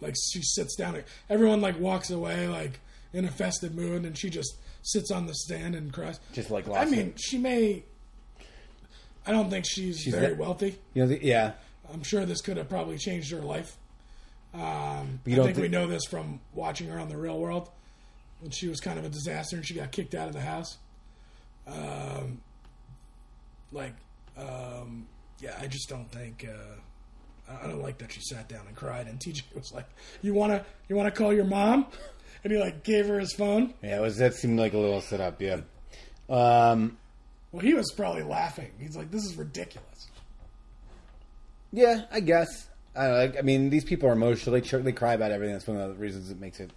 [SPEAKER 2] Like she sits down, like, everyone like walks away like in a festive mood, and she just sits on the stand and cries.
[SPEAKER 5] Just like
[SPEAKER 2] I
[SPEAKER 5] lost
[SPEAKER 2] mean,
[SPEAKER 5] it.
[SPEAKER 2] she may. I don't think she's,
[SPEAKER 5] She's
[SPEAKER 2] very
[SPEAKER 5] that-
[SPEAKER 2] wealthy.
[SPEAKER 5] you know, the- yeah.
[SPEAKER 2] I'm sure this could have probably changed her life. Um,
[SPEAKER 5] But
[SPEAKER 2] I
[SPEAKER 5] you don't
[SPEAKER 2] think we
[SPEAKER 5] thi-
[SPEAKER 2] know this from watching her on the Real World when she was kind of a disaster and she got kicked out of the house. Um, like, um, yeah, I just don't think. Uh, I- I don't like that she sat down and cried. And TJ was like, "You wanna, you wanna call your mom?" And he like gave her his phone.
[SPEAKER 5] Yeah, it was that seemed like a little setup. Yeah. Um,
[SPEAKER 2] Well, he was probably laughing. He's like, "This is ridiculous."
[SPEAKER 5] yeah, I guess. I, don't know, I mean, these people are emotional. They, ch- they cry about everything. That's one of the reasons it makes it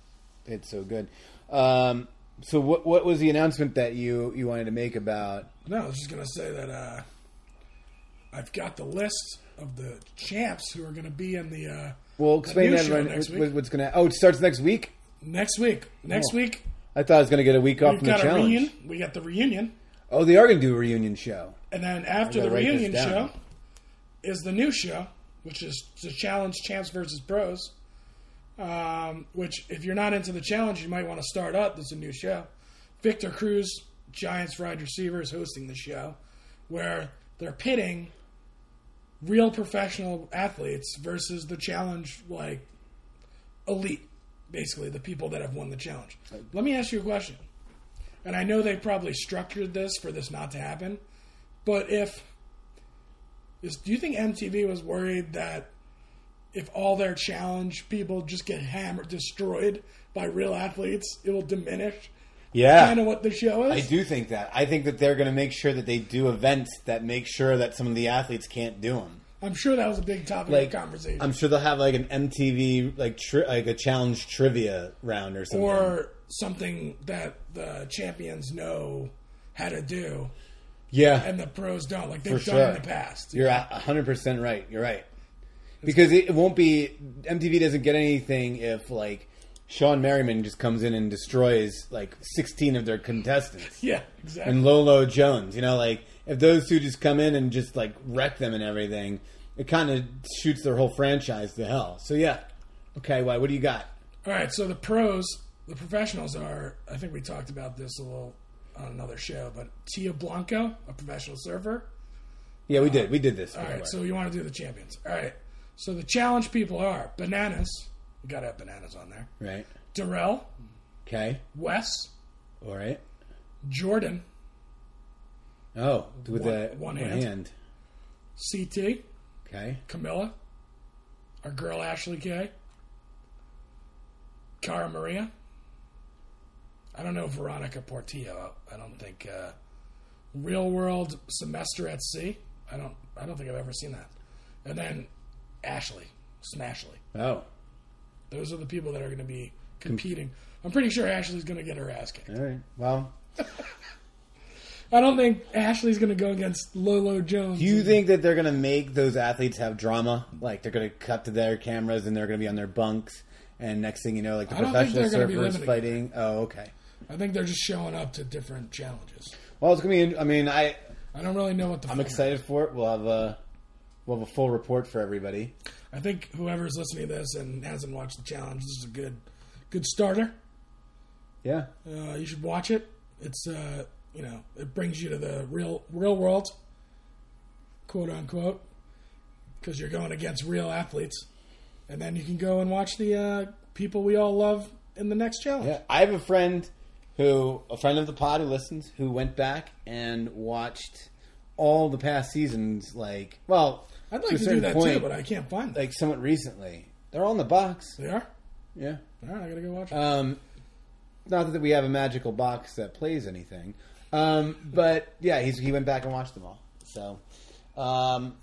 [SPEAKER 5] it's so good. Um, so, what what was the announcement that you you wanted to make about?
[SPEAKER 2] No, I was just gonna say that uh, I've got the list of the champs who are gonna be in the. Uh,
[SPEAKER 5] Well, explain
[SPEAKER 2] new show
[SPEAKER 5] to everyone
[SPEAKER 2] next
[SPEAKER 5] what-
[SPEAKER 2] week.
[SPEAKER 5] what's going to. Oh, it starts next week.
[SPEAKER 2] Next week. Next
[SPEAKER 5] Oh.
[SPEAKER 2] week
[SPEAKER 5] I thought I was going to get a week off
[SPEAKER 2] we've
[SPEAKER 5] from the
[SPEAKER 2] got a
[SPEAKER 5] challenge.
[SPEAKER 2] reunion. We got the reunion,
[SPEAKER 5] Oh, they are going to do a reunion show.
[SPEAKER 2] and then after
[SPEAKER 5] I gotta
[SPEAKER 2] the
[SPEAKER 5] write this
[SPEAKER 2] reunion
[SPEAKER 5] down.
[SPEAKER 2] show is the new show, which is the challenge champs versus bros. Um, which, if you're not into the challenge, you might want to start up. It's a new show. Victor Cruz, Giants wide receiver, is hosting the show, where they're pitting real professional athletes versus the challenge like elite, basically the people that have won the challenge. Let me ask you a question. And I know they probably structured this for this not to happen, but if is, do you think MTV was worried that if all their challenge people just get hammered, destroyed by real athletes, it will diminish
[SPEAKER 5] Yeah.
[SPEAKER 2] kind of what the show is?
[SPEAKER 5] I do think that. I think that they're going to make sure that they do events that make sure that some of the athletes can't do them.
[SPEAKER 2] I'm sure that was a big topic
[SPEAKER 5] Like,
[SPEAKER 2] of conversation.
[SPEAKER 5] I'm sure they'll have like an MTV like tri- like a challenge trivia round or something.
[SPEAKER 2] or something that the champions know how to do
[SPEAKER 5] yeah,
[SPEAKER 2] and the pros don't, like
[SPEAKER 5] for
[SPEAKER 2] they've done
[SPEAKER 5] sure.
[SPEAKER 2] in the past.
[SPEAKER 5] You're hundred percent right. You're right because it won't be MTV doesn't get anything if like Sean Merriman just comes in and destroys like 16 of their contestants.
[SPEAKER 2] Yeah, exactly.
[SPEAKER 5] And Lolo Jones, you know, like if those two just come in and just like wreck them and everything, it kind of shoots their whole franchise to hell. So yeah, okay, why? What do you got?
[SPEAKER 2] All right, so the pros, the professionals are, I think we talked about this a little on another show, but Tia Blanco, a professional surfer.
[SPEAKER 5] Yeah, we did. We did this.
[SPEAKER 2] All
[SPEAKER 5] by the
[SPEAKER 2] right,
[SPEAKER 5] way.
[SPEAKER 2] so you want to do the champions. All right, so the challenge people are Bananas, you got to have Bananas on there,
[SPEAKER 5] right.
[SPEAKER 2] Darrell,
[SPEAKER 5] Okay.
[SPEAKER 2] Wes,
[SPEAKER 5] All right.
[SPEAKER 2] Jordan,
[SPEAKER 5] Oh, with
[SPEAKER 2] One-
[SPEAKER 5] the
[SPEAKER 2] one
[SPEAKER 5] one
[SPEAKER 2] hand.
[SPEAKER 5] hand.
[SPEAKER 2] CT,
[SPEAKER 5] Okay.
[SPEAKER 2] Camilla, our girl Ashley Kay, Cara Maria. I don't know Veronica Portillo. I don't think uh, Real World Semester at Sea. I don't. I don't think I've ever seen that. And then Ashley Smashley.
[SPEAKER 5] Oh,
[SPEAKER 2] Those are the people that are going to be competing. I'm pretty sure Ashley's going to get her ass kicked.
[SPEAKER 5] all right. Well,
[SPEAKER 2] I don't think Ashley's going to go against Lolo Jones.
[SPEAKER 5] Do you think that they're going to make those athletes have drama? Like they're going to cut to their cameras and they're going to be on their bunks, and next thing you know, like the
[SPEAKER 2] I don't think they're
[SPEAKER 5] professional
[SPEAKER 2] gonna be
[SPEAKER 5] surfers
[SPEAKER 2] limited.
[SPEAKER 5] fighting. Oh, okay.
[SPEAKER 2] I think they're just showing up to different challenges.
[SPEAKER 5] Well, it's going to be. I mean, I
[SPEAKER 2] I don't really know what the.
[SPEAKER 5] I'm excited for it. We'll have a we'll have a full report for everybody.
[SPEAKER 2] I think whoever's listening to this and hasn't watched the challenge, this is a good, good starter.
[SPEAKER 5] Yeah.
[SPEAKER 2] Uh, you should watch it. It's uh, you know, it brings you to the real, real world, quote unquote, because you're going against real athletes, and then you can go and watch the uh, people we all love in the next challenge.
[SPEAKER 5] Yeah, I have a friend who, a friend of the pod who listens, who went back and watched all the past seasons. Like, well,
[SPEAKER 2] I'd
[SPEAKER 5] a
[SPEAKER 2] like to, do
[SPEAKER 5] certain
[SPEAKER 2] that too,
[SPEAKER 5] point,
[SPEAKER 2] but I can't find them.
[SPEAKER 5] like somewhat recently. They're all in the box.
[SPEAKER 2] They are.
[SPEAKER 5] Yeah.
[SPEAKER 2] All right, I gotta go watch. it.
[SPEAKER 5] Um, not that we have a magical box that plays anything, um, but yeah, he's, he went back and watched them all. So, um,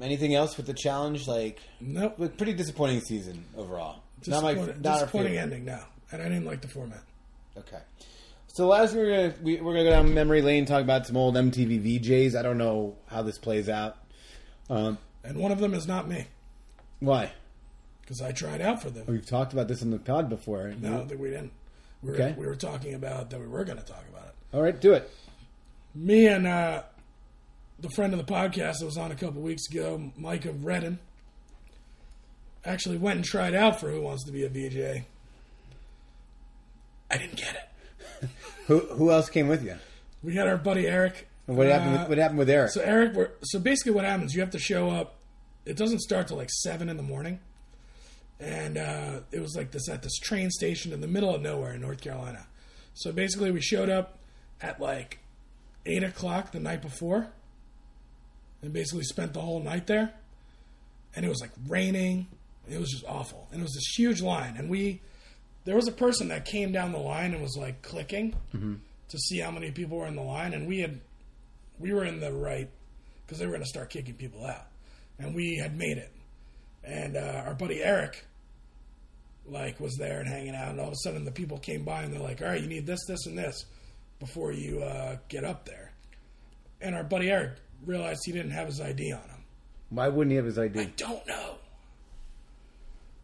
[SPEAKER 5] anything else with the challenge? Like,
[SPEAKER 2] nope.
[SPEAKER 5] Pretty disappointing season overall. Not my-
[SPEAKER 2] Disappointing-
[SPEAKER 5] not our
[SPEAKER 2] disappointing
[SPEAKER 5] favorite.
[SPEAKER 2] ending now, and I didn't like the format.
[SPEAKER 5] Okay. So last we're gonna we, we're gonna go down memory lane, talk about some old MTV VJs. I don't know how this plays out. Um,
[SPEAKER 2] and one of them is not me.
[SPEAKER 5] Why?
[SPEAKER 2] Because I tried out for them.
[SPEAKER 5] We've talked about this on the pod before.
[SPEAKER 2] No, I don't think we didn't. We were,
[SPEAKER 5] Okay.
[SPEAKER 2] we were talking about that we were going to talk about it.
[SPEAKER 5] All right, do it.
[SPEAKER 2] Me and uh, the friend of the podcast that was on a couple weeks ago, Mike of Redden, actually went and tried out for Who Wants to Be a VJ. I didn't get it.
[SPEAKER 5] Who who else came with you?
[SPEAKER 2] We had our buddy Eric.
[SPEAKER 5] And what happened with- what happened with Eric?
[SPEAKER 2] Uh, So Eric, we're, so basically, what happens? You have to show up. It doesn't start till like seven in the morning, and uh, it was like this at this train station in the middle of nowhere in North Carolina. So basically, we showed up at like eight o'clock the night before, and basically spent the whole night there. And it was like raining. It was just awful, and it was this huge line. And we, there was a person that came down the line and was like clicking
[SPEAKER 13] Mm-hmm.
[SPEAKER 2] to see how many people were in the line, and we had we were in the right because they were going to start kicking people out, and we had made it. And uh, our buddy Eric, like, was there and hanging out, and all of a sudden the people came by and they're like, "All right, you need this, this, and this before you uh, get up there." And our buddy Eric realized he didn't have his ID on him.
[SPEAKER 5] Why wouldn't he have his ID?
[SPEAKER 2] Don't know.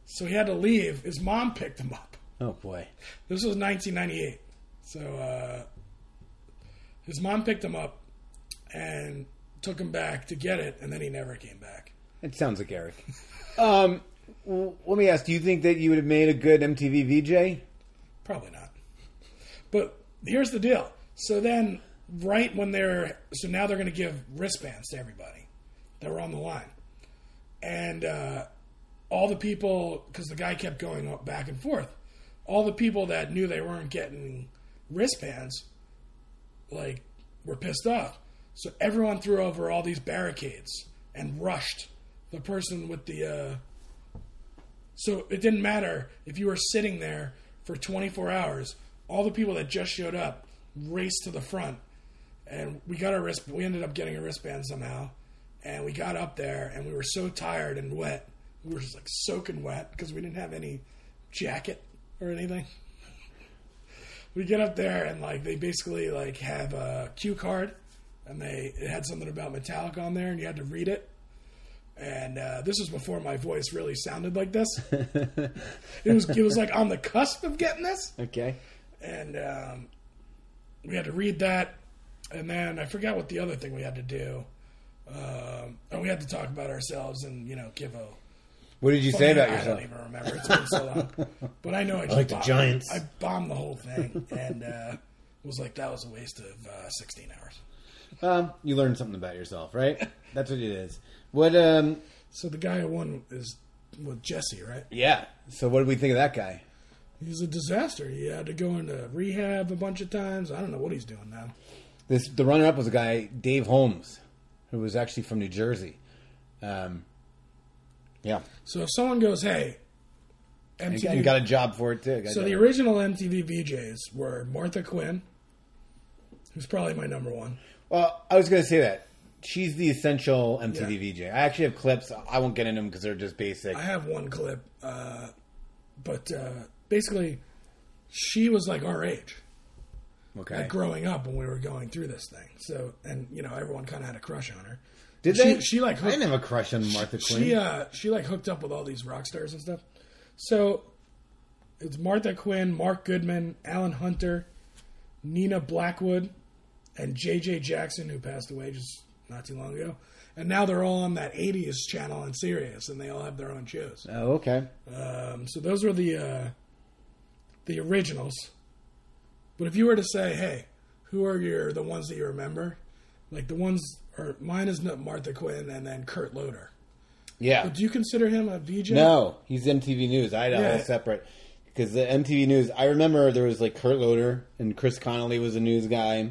[SPEAKER 2] So he had to leave. His mom picked him up.
[SPEAKER 5] Oh boy.
[SPEAKER 2] This was 1998. So uh, his mom picked him up and took him back to get it, and then he never came back.
[SPEAKER 5] It sounds like Eric. Um, w- let me ask: Do you think that you would have made a good MTV VJ?
[SPEAKER 2] Probably not. But here's the deal. So then, right when they're so now they're going to give wristbands to everybody that were on the line, and uh, all the people because the guy kept going up back and forth. All the people that knew they weren't getting wristbands, like, were pissed off. So everyone threw over all these barricades and rushed the person with the. Uh, so it didn't matter if you were sitting there for 24 hours. All the people that just showed up raced to the front, and we got our wrist. We ended up getting a wristband somehow, and we got up there, and we were so tired and wet. We were just like soaking wet because we didn't have any jacket or anything. We get up there and like they basically like have a cue card, and they it had something about Metallica on there, and you had to read it. And uh, this was before my voice really sounded like this. it was it was like on the cusp of getting this,
[SPEAKER 5] Okay.
[SPEAKER 2] and um, we had to read that, and then I forgot what the other thing we had to do. Um, and we had to talk about ourselves and you know give a.
[SPEAKER 5] What did you say about
[SPEAKER 2] I don't
[SPEAKER 5] yourself?
[SPEAKER 2] even remember. It's been so long, but I know I,
[SPEAKER 5] I
[SPEAKER 2] just
[SPEAKER 5] like the
[SPEAKER 2] bombed-
[SPEAKER 5] Giants.
[SPEAKER 2] I bombed the whole thing and uh, was like that was a waste of uh, sixteen hours.
[SPEAKER 5] Um, you learned something about yourself, right? That's what it is. What? Um,
[SPEAKER 2] so the guy who won is with Jesse, right?
[SPEAKER 5] Yeah. So what did we think of that guy?
[SPEAKER 2] He's a disaster. He had to go into rehab a bunch of times. I don't know what he's doing now.
[SPEAKER 5] This the runner up was a guy Dave Holmes, who was actually from New Jersey. Um, yeah,
[SPEAKER 2] So if someone goes, "Hey,"
[SPEAKER 5] and,
[SPEAKER 2] MTV,
[SPEAKER 5] and got a job for it too. Got a
[SPEAKER 2] so
[SPEAKER 5] job.
[SPEAKER 2] the original MTV VJs were Martha Quinn, who's probably my number one.
[SPEAKER 5] Well, I was going to say that she's the essential MTV VJ. I actually have clips. I won't get into them because they're just basic.
[SPEAKER 2] I have one clip, uh, but uh, basically, she was like our age,
[SPEAKER 5] Okay.
[SPEAKER 2] like growing up when we were going through this thing. So, and you know, everyone kind of had a crush on her.
[SPEAKER 5] Did
[SPEAKER 2] she,
[SPEAKER 5] they?
[SPEAKER 2] She like
[SPEAKER 5] I didn't have a crush on Martha Quinn.
[SPEAKER 2] She uh, she like hooked up with all these rock stars and stuff. So it's Martha Quinn, Mark Goodman, Alan Hunter, Nina Blackwood, and J.J. Jackson, who passed away just not too long ago. And now they're all on that '80s channel on Sirius, and they all have their own shows.
[SPEAKER 5] oh, okay.
[SPEAKER 2] Um, so those were the uh, the originals. But if you were to say, "Hey, who are your the ones that you remember?" Like the ones, or mine is not Martha Quinn, and then Kurt Loder.
[SPEAKER 5] Yeah.
[SPEAKER 2] But do you consider him a VJ?
[SPEAKER 5] No, he's MTV News. I had a whole
[SPEAKER 2] Yeah.
[SPEAKER 5] separate because the MTV News. I remember there was like Kurt Loder and Chris Connolly was a news guy,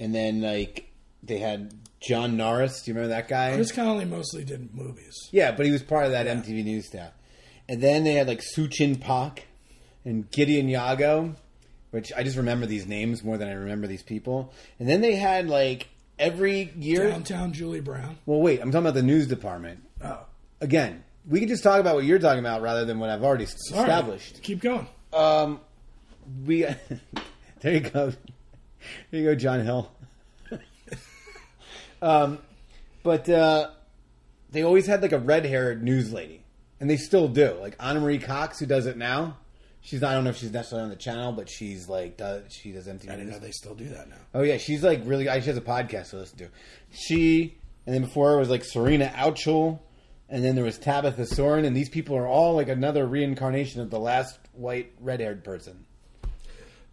[SPEAKER 5] and then like they had John Norris. Do you remember that guy?
[SPEAKER 2] Chris Connolly mostly did movies.
[SPEAKER 5] Yeah, but he was part of that MTV News staff. And then they had like Suchin Pak and Gideon Yago, which I just remember these names more than I remember these people. And then they had like every year
[SPEAKER 2] Downtown Julie Brown.
[SPEAKER 5] Well, wait, I'm talking about the news department.
[SPEAKER 2] Oh.
[SPEAKER 5] Again, we can just talk about what you're talking about rather than what I've already s-
[SPEAKER 2] Sorry.
[SPEAKER 5] established.
[SPEAKER 2] Keep going.
[SPEAKER 5] Um, we there you go, there you go, John Hill. um, but uh, they always had like a red-haired news lady, and they still do. Like Anna Marie Cox, who does it now. She's not. I don't know if she's necessarily on the channel, but she's like does, she does MTV.
[SPEAKER 2] I didn't know
[SPEAKER 5] News.
[SPEAKER 2] they still do that now.
[SPEAKER 5] Oh yeah, she's like really. I- She has a podcast to listen to. She and then before her was like Serena Ouchel, and then there was Tabitha Soren, and these people are all like another reincarnation of the last white red-haired person.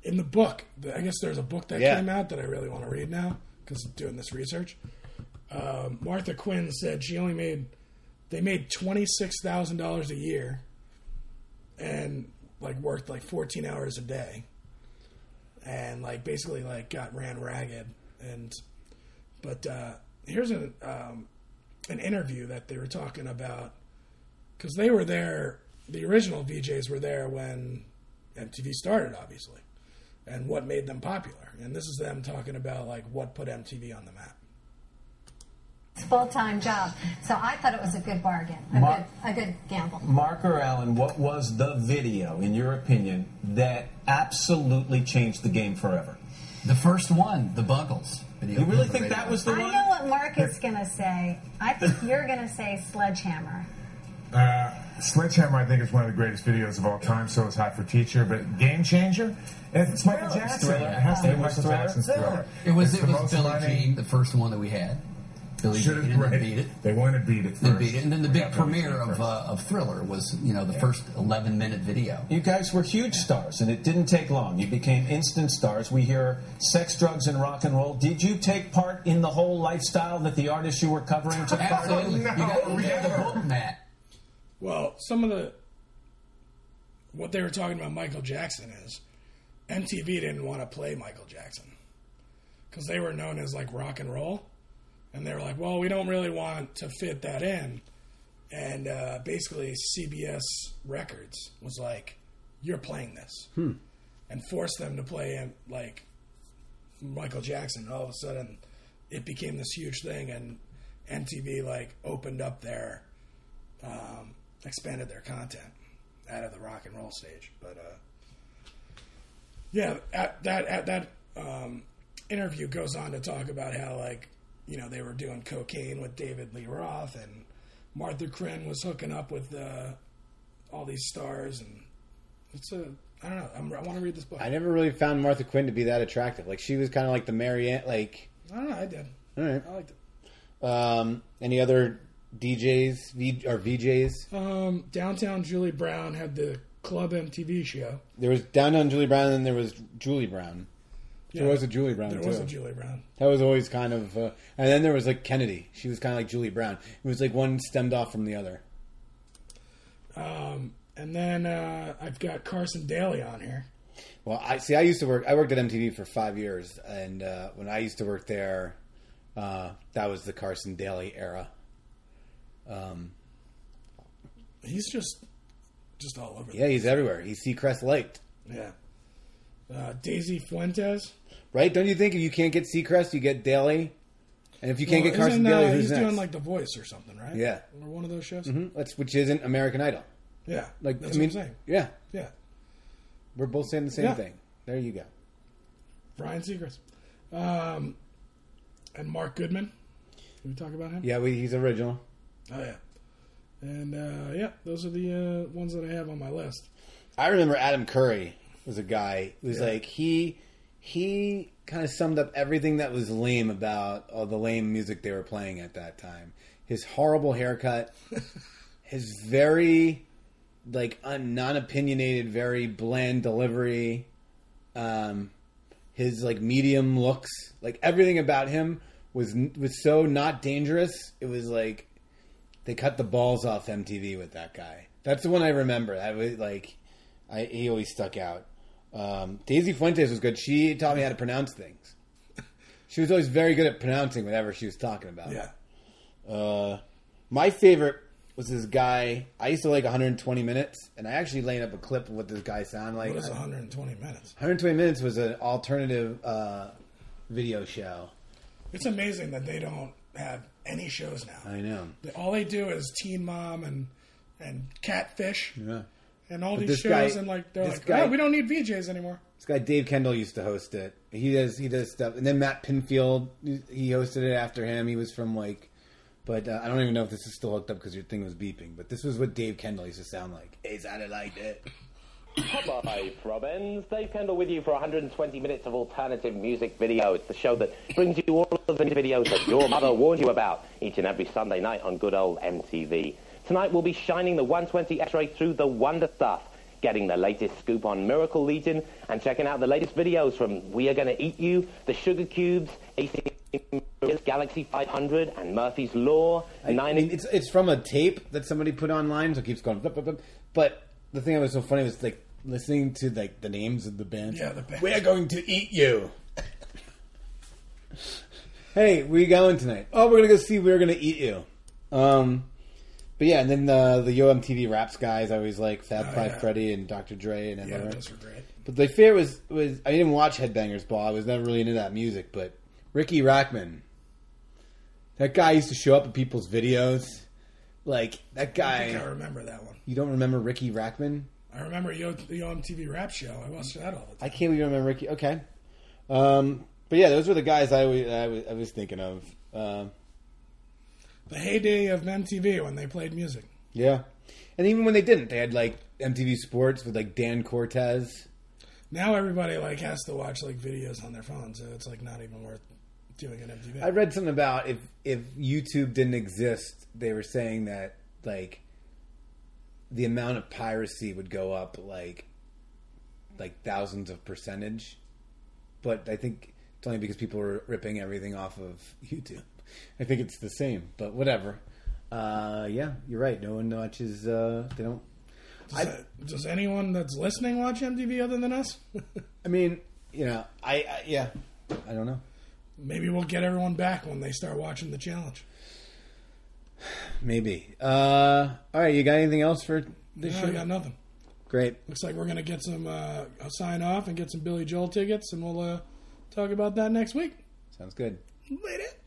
[SPEAKER 2] In the book, I guess there's a book that
[SPEAKER 5] Yeah.
[SPEAKER 2] came out that I really want to read now because I'm doing this research. Um, Martha Quinn said she only made they made twenty six thousand dollars a year, and like worked like fourteen hours a day, and like basically like got ran ragged. And but uh, here's an um, an interview that they were talking about because they were there. The original VJs were there when MTV started, obviously, and what made them popular. And this is them talking about like what put MTV on the map.
[SPEAKER 14] full time job. So I thought it was a good bargain, a,
[SPEAKER 9] Mar-
[SPEAKER 14] good, a good gamble.
[SPEAKER 9] Mark or Allen, what was the video, in your opinion, that absolutely changed the game forever? The first one, the Buggles. you really think that was the
[SPEAKER 14] I
[SPEAKER 9] one?
[SPEAKER 14] know what Mark is going to say. I think you're going to say sledgehammer.
[SPEAKER 15] Uh, Sledgehammer, I think, is one of the greatest videos of all time. So is Hot for Teacher, but Game Changer. If it's Michael Jackson, it has to be Michael Jackson's Thriller.
[SPEAKER 16] It was
[SPEAKER 15] It's
[SPEAKER 16] it
[SPEAKER 15] the
[SPEAKER 16] was
[SPEAKER 15] most
[SPEAKER 16] Billie
[SPEAKER 15] money-
[SPEAKER 16] Jean, the first one that we had. Billie
[SPEAKER 15] Should
[SPEAKER 16] Jean
[SPEAKER 15] have-
[SPEAKER 16] and they
[SPEAKER 15] right.
[SPEAKER 16] beat it.
[SPEAKER 15] They wanted to beat it.
[SPEAKER 16] They
[SPEAKER 15] first.
[SPEAKER 16] beat it, and then the
[SPEAKER 15] We
[SPEAKER 16] big
[SPEAKER 15] got Billie
[SPEAKER 16] premiere
[SPEAKER 15] Jean
[SPEAKER 16] of
[SPEAKER 15] first.
[SPEAKER 16] uh, of Thriller was you know the first eleven minute video.
[SPEAKER 9] You guys were huge stars, and it didn't take long. You became instant stars. We hear sex, drugs, and rock and roll. Did you take part in the whole lifestyle that the artist you were covering took part in?
[SPEAKER 16] Absolutely. You got to read the book, Matt.
[SPEAKER 2] Well, some of the what they were talking about Michael Jackson is MTV didn't want to play Michael Jackson because they were known as like rock and roll, and they were like, well, we don't really want to fit that in, and uh, basically CBS Records was like, you're playing this,
[SPEAKER 5] Hmm.
[SPEAKER 2] and forced them to play um, like Michael Jackson. And all of a sudden, it became this huge thing, and MTV like opened up their um, expanded their content out of the rock and roll stage. But uh, yeah, at that at that um, interview goes on to talk about how like you know they were doing cocaine with David Lee Roth and Martha Crinn was hooking up with uh, all these stars and it's a I don't know I'm, I want to read this book.
[SPEAKER 5] I never really found Martha Quinn to be that attractive. Like she was kind of like the Marianne. Like
[SPEAKER 2] I don't know. I did.
[SPEAKER 5] all right.
[SPEAKER 2] I liked
[SPEAKER 5] it. Um, any other DJs v, or VJs?
[SPEAKER 2] Um, Downtown Julie Brown had the Club MTV show.
[SPEAKER 5] There was Downtown Julie Brown, and then there was Julie Brown. There
[SPEAKER 2] Yeah.
[SPEAKER 5] was a Julie Brown.
[SPEAKER 2] There
[SPEAKER 5] too.
[SPEAKER 2] was a Julie Brown.
[SPEAKER 5] That was always kind of, uh, and then there was like Kennedy. She was kind of like Julie Brown. It was like one stemmed off from the other.
[SPEAKER 2] Um, and then uh, I've got Carson Daly on here.
[SPEAKER 5] Well, I see. I used to work. I worked at MTV for five years, and uh, when I used to work there, uh, that was the Carson Daly era. Um,
[SPEAKER 2] He's just just all over.
[SPEAKER 5] yeah, he's everywhere. He's Seacrest liked,
[SPEAKER 2] Yeah. Uh, Daisy Fuentes.
[SPEAKER 5] right? Don't you think if you can't get Seacrest, you get Daly, and if you can't
[SPEAKER 2] Well,
[SPEAKER 5] get Carson
[SPEAKER 2] isn't, uh,
[SPEAKER 5] Daly, who's
[SPEAKER 2] he's
[SPEAKER 5] next?
[SPEAKER 2] doing like The Voice or something, right?
[SPEAKER 5] Yeah.
[SPEAKER 2] Or one of those shows.
[SPEAKER 5] Mhm. That's which isn't American Idol.
[SPEAKER 2] Yeah,
[SPEAKER 5] like
[SPEAKER 2] that's
[SPEAKER 5] I mean,
[SPEAKER 2] what I'm saying.
[SPEAKER 5] yeah,
[SPEAKER 2] Yeah.
[SPEAKER 5] We're both saying the same
[SPEAKER 2] Yeah.
[SPEAKER 5] thing. There you go.
[SPEAKER 2] Brian Seacrest. Um, and Mark Goodman. Can we talk about him?
[SPEAKER 5] Yeah, we, he's original.
[SPEAKER 2] Oh yeah. And uh, yeah, those are the uh, ones that I have on my list.
[SPEAKER 5] I remember Adam Curry was a guy. It was
[SPEAKER 2] Yeah.
[SPEAKER 5] like he he kind of summed up everything that was lame about all the lame music they were playing at that time. His horrible haircut, his very like un, non-opinionated, very bland delivery, um, his like medium looks, like everything about him was was so not dangerous. It was like they cut the balls off MTV with that guy. That's the one I remember. I was like, I he always stuck out. Um, Daisy Fuentes was good. She taught me how to pronounce things. She was always very good at pronouncing whatever she was talking about.
[SPEAKER 2] Yeah.
[SPEAKER 5] Uh, my favorite was this guy. I used to like 120 minutes, and I actually laid up a clip of what this guy sounded like.
[SPEAKER 2] what is 120 minutes?
[SPEAKER 5] 120 minutes was an alternative uh, video show.
[SPEAKER 2] It's amazing that they don't have any shows now.
[SPEAKER 5] I know.
[SPEAKER 2] They- All they do is Teen Mom and and Catfish
[SPEAKER 5] Yeah.
[SPEAKER 2] and all
[SPEAKER 5] But
[SPEAKER 2] these
[SPEAKER 5] this guy-
[SPEAKER 2] shows. and like they're
[SPEAKER 5] this
[SPEAKER 2] like,
[SPEAKER 5] guy-
[SPEAKER 2] no, we don't need VJs anymore.
[SPEAKER 5] This guy Dave Kendall used to host it. He does he does stuff, and then Matt Pinfield he hosted it after him. He was from like, but uh, I don't even know if this is still hooked up because your thing was beeping. But this was what Dave Kendall used to sound like. It sounded like that.
[SPEAKER 10] Hi, Robbins. Dave Kendall with you for 120 minutes of alternative music video. It's the show that brings you all of the videos that your mother warned you about each and every Sunday night on good old MTV. Tonight we'll be shining the 120 X-ray through the wonder stuff, getting the latest scoop on Miracle Legion, and checking out the latest videos from We Are Gonna Eat You, The Sugar Cubes, AC Galaxy 500, and Murphy's Law.
[SPEAKER 5] I, I mean, it's it's from a tape that somebody put online, so it keeps going. Blah, blah, blah. But the thing that was so funny was like listening to like the names of the bands.
[SPEAKER 2] Yeah, the bands.
[SPEAKER 5] We're going to eat you. hey, where you going tonight? Oh, we're gonna go see. We're gonna eat you. Um, but yeah, and then the the Yo MTV Raps guys, I always like Fab
[SPEAKER 2] Oh,
[SPEAKER 5] Five
[SPEAKER 2] yeah.
[SPEAKER 5] Freddy and Dr. Dre and
[SPEAKER 2] Yeah,
[SPEAKER 5] MRM.
[SPEAKER 2] those were great.
[SPEAKER 5] But my favorite was was I didn't watch Headbangers Ball. I was never really into that music, but Ricky Rackman. That guy used to show up in people's videos. Like that guy.
[SPEAKER 2] I think I remember that one.
[SPEAKER 5] You don't remember Ricky Rackman?
[SPEAKER 2] I remember Yo, the MTV Rap Show. I watched that all.
[SPEAKER 5] I can't believe you remember Ricky. Okay. Um, but yeah, those were the guys I was I was, I was thinking of. Um
[SPEAKER 2] The heyday of MTV when they played music.
[SPEAKER 5] yeah, and even when they didn't, they had like MTV Sports with like Dan Cortez.
[SPEAKER 2] Now everybody like has to watch like videos on their phone, so it's like not even worth doing an MTV.
[SPEAKER 5] I read something about if if YouTube didn't exist, they were saying that like the amount of piracy would go up like like thousands of percentage. But I think it's only because people are ripping everything off of YouTube. I think it's the same, but whatever. Uh, yeah, you're right. No one watches. Uh, they don't.
[SPEAKER 2] Does, does anyone that's listening watch MTV other than us?
[SPEAKER 5] I mean, you know, I, I yeah, I don't know.
[SPEAKER 2] Maybe we'll get everyone back when they start watching the challenge.
[SPEAKER 5] Maybe. Uh, all right, you got anything else for this
[SPEAKER 2] No,
[SPEAKER 5] show?
[SPEAKER 2] I got nothing.
[SPEAKER 5] Great.
[SPEAKER 2] Looks like we're gonna get some uh, sign off and get some Billy Joel tickets, and we'll uh, talk about that next week.
[SPEAKER 5] Sounds good.
[SPEAKER 2] Later.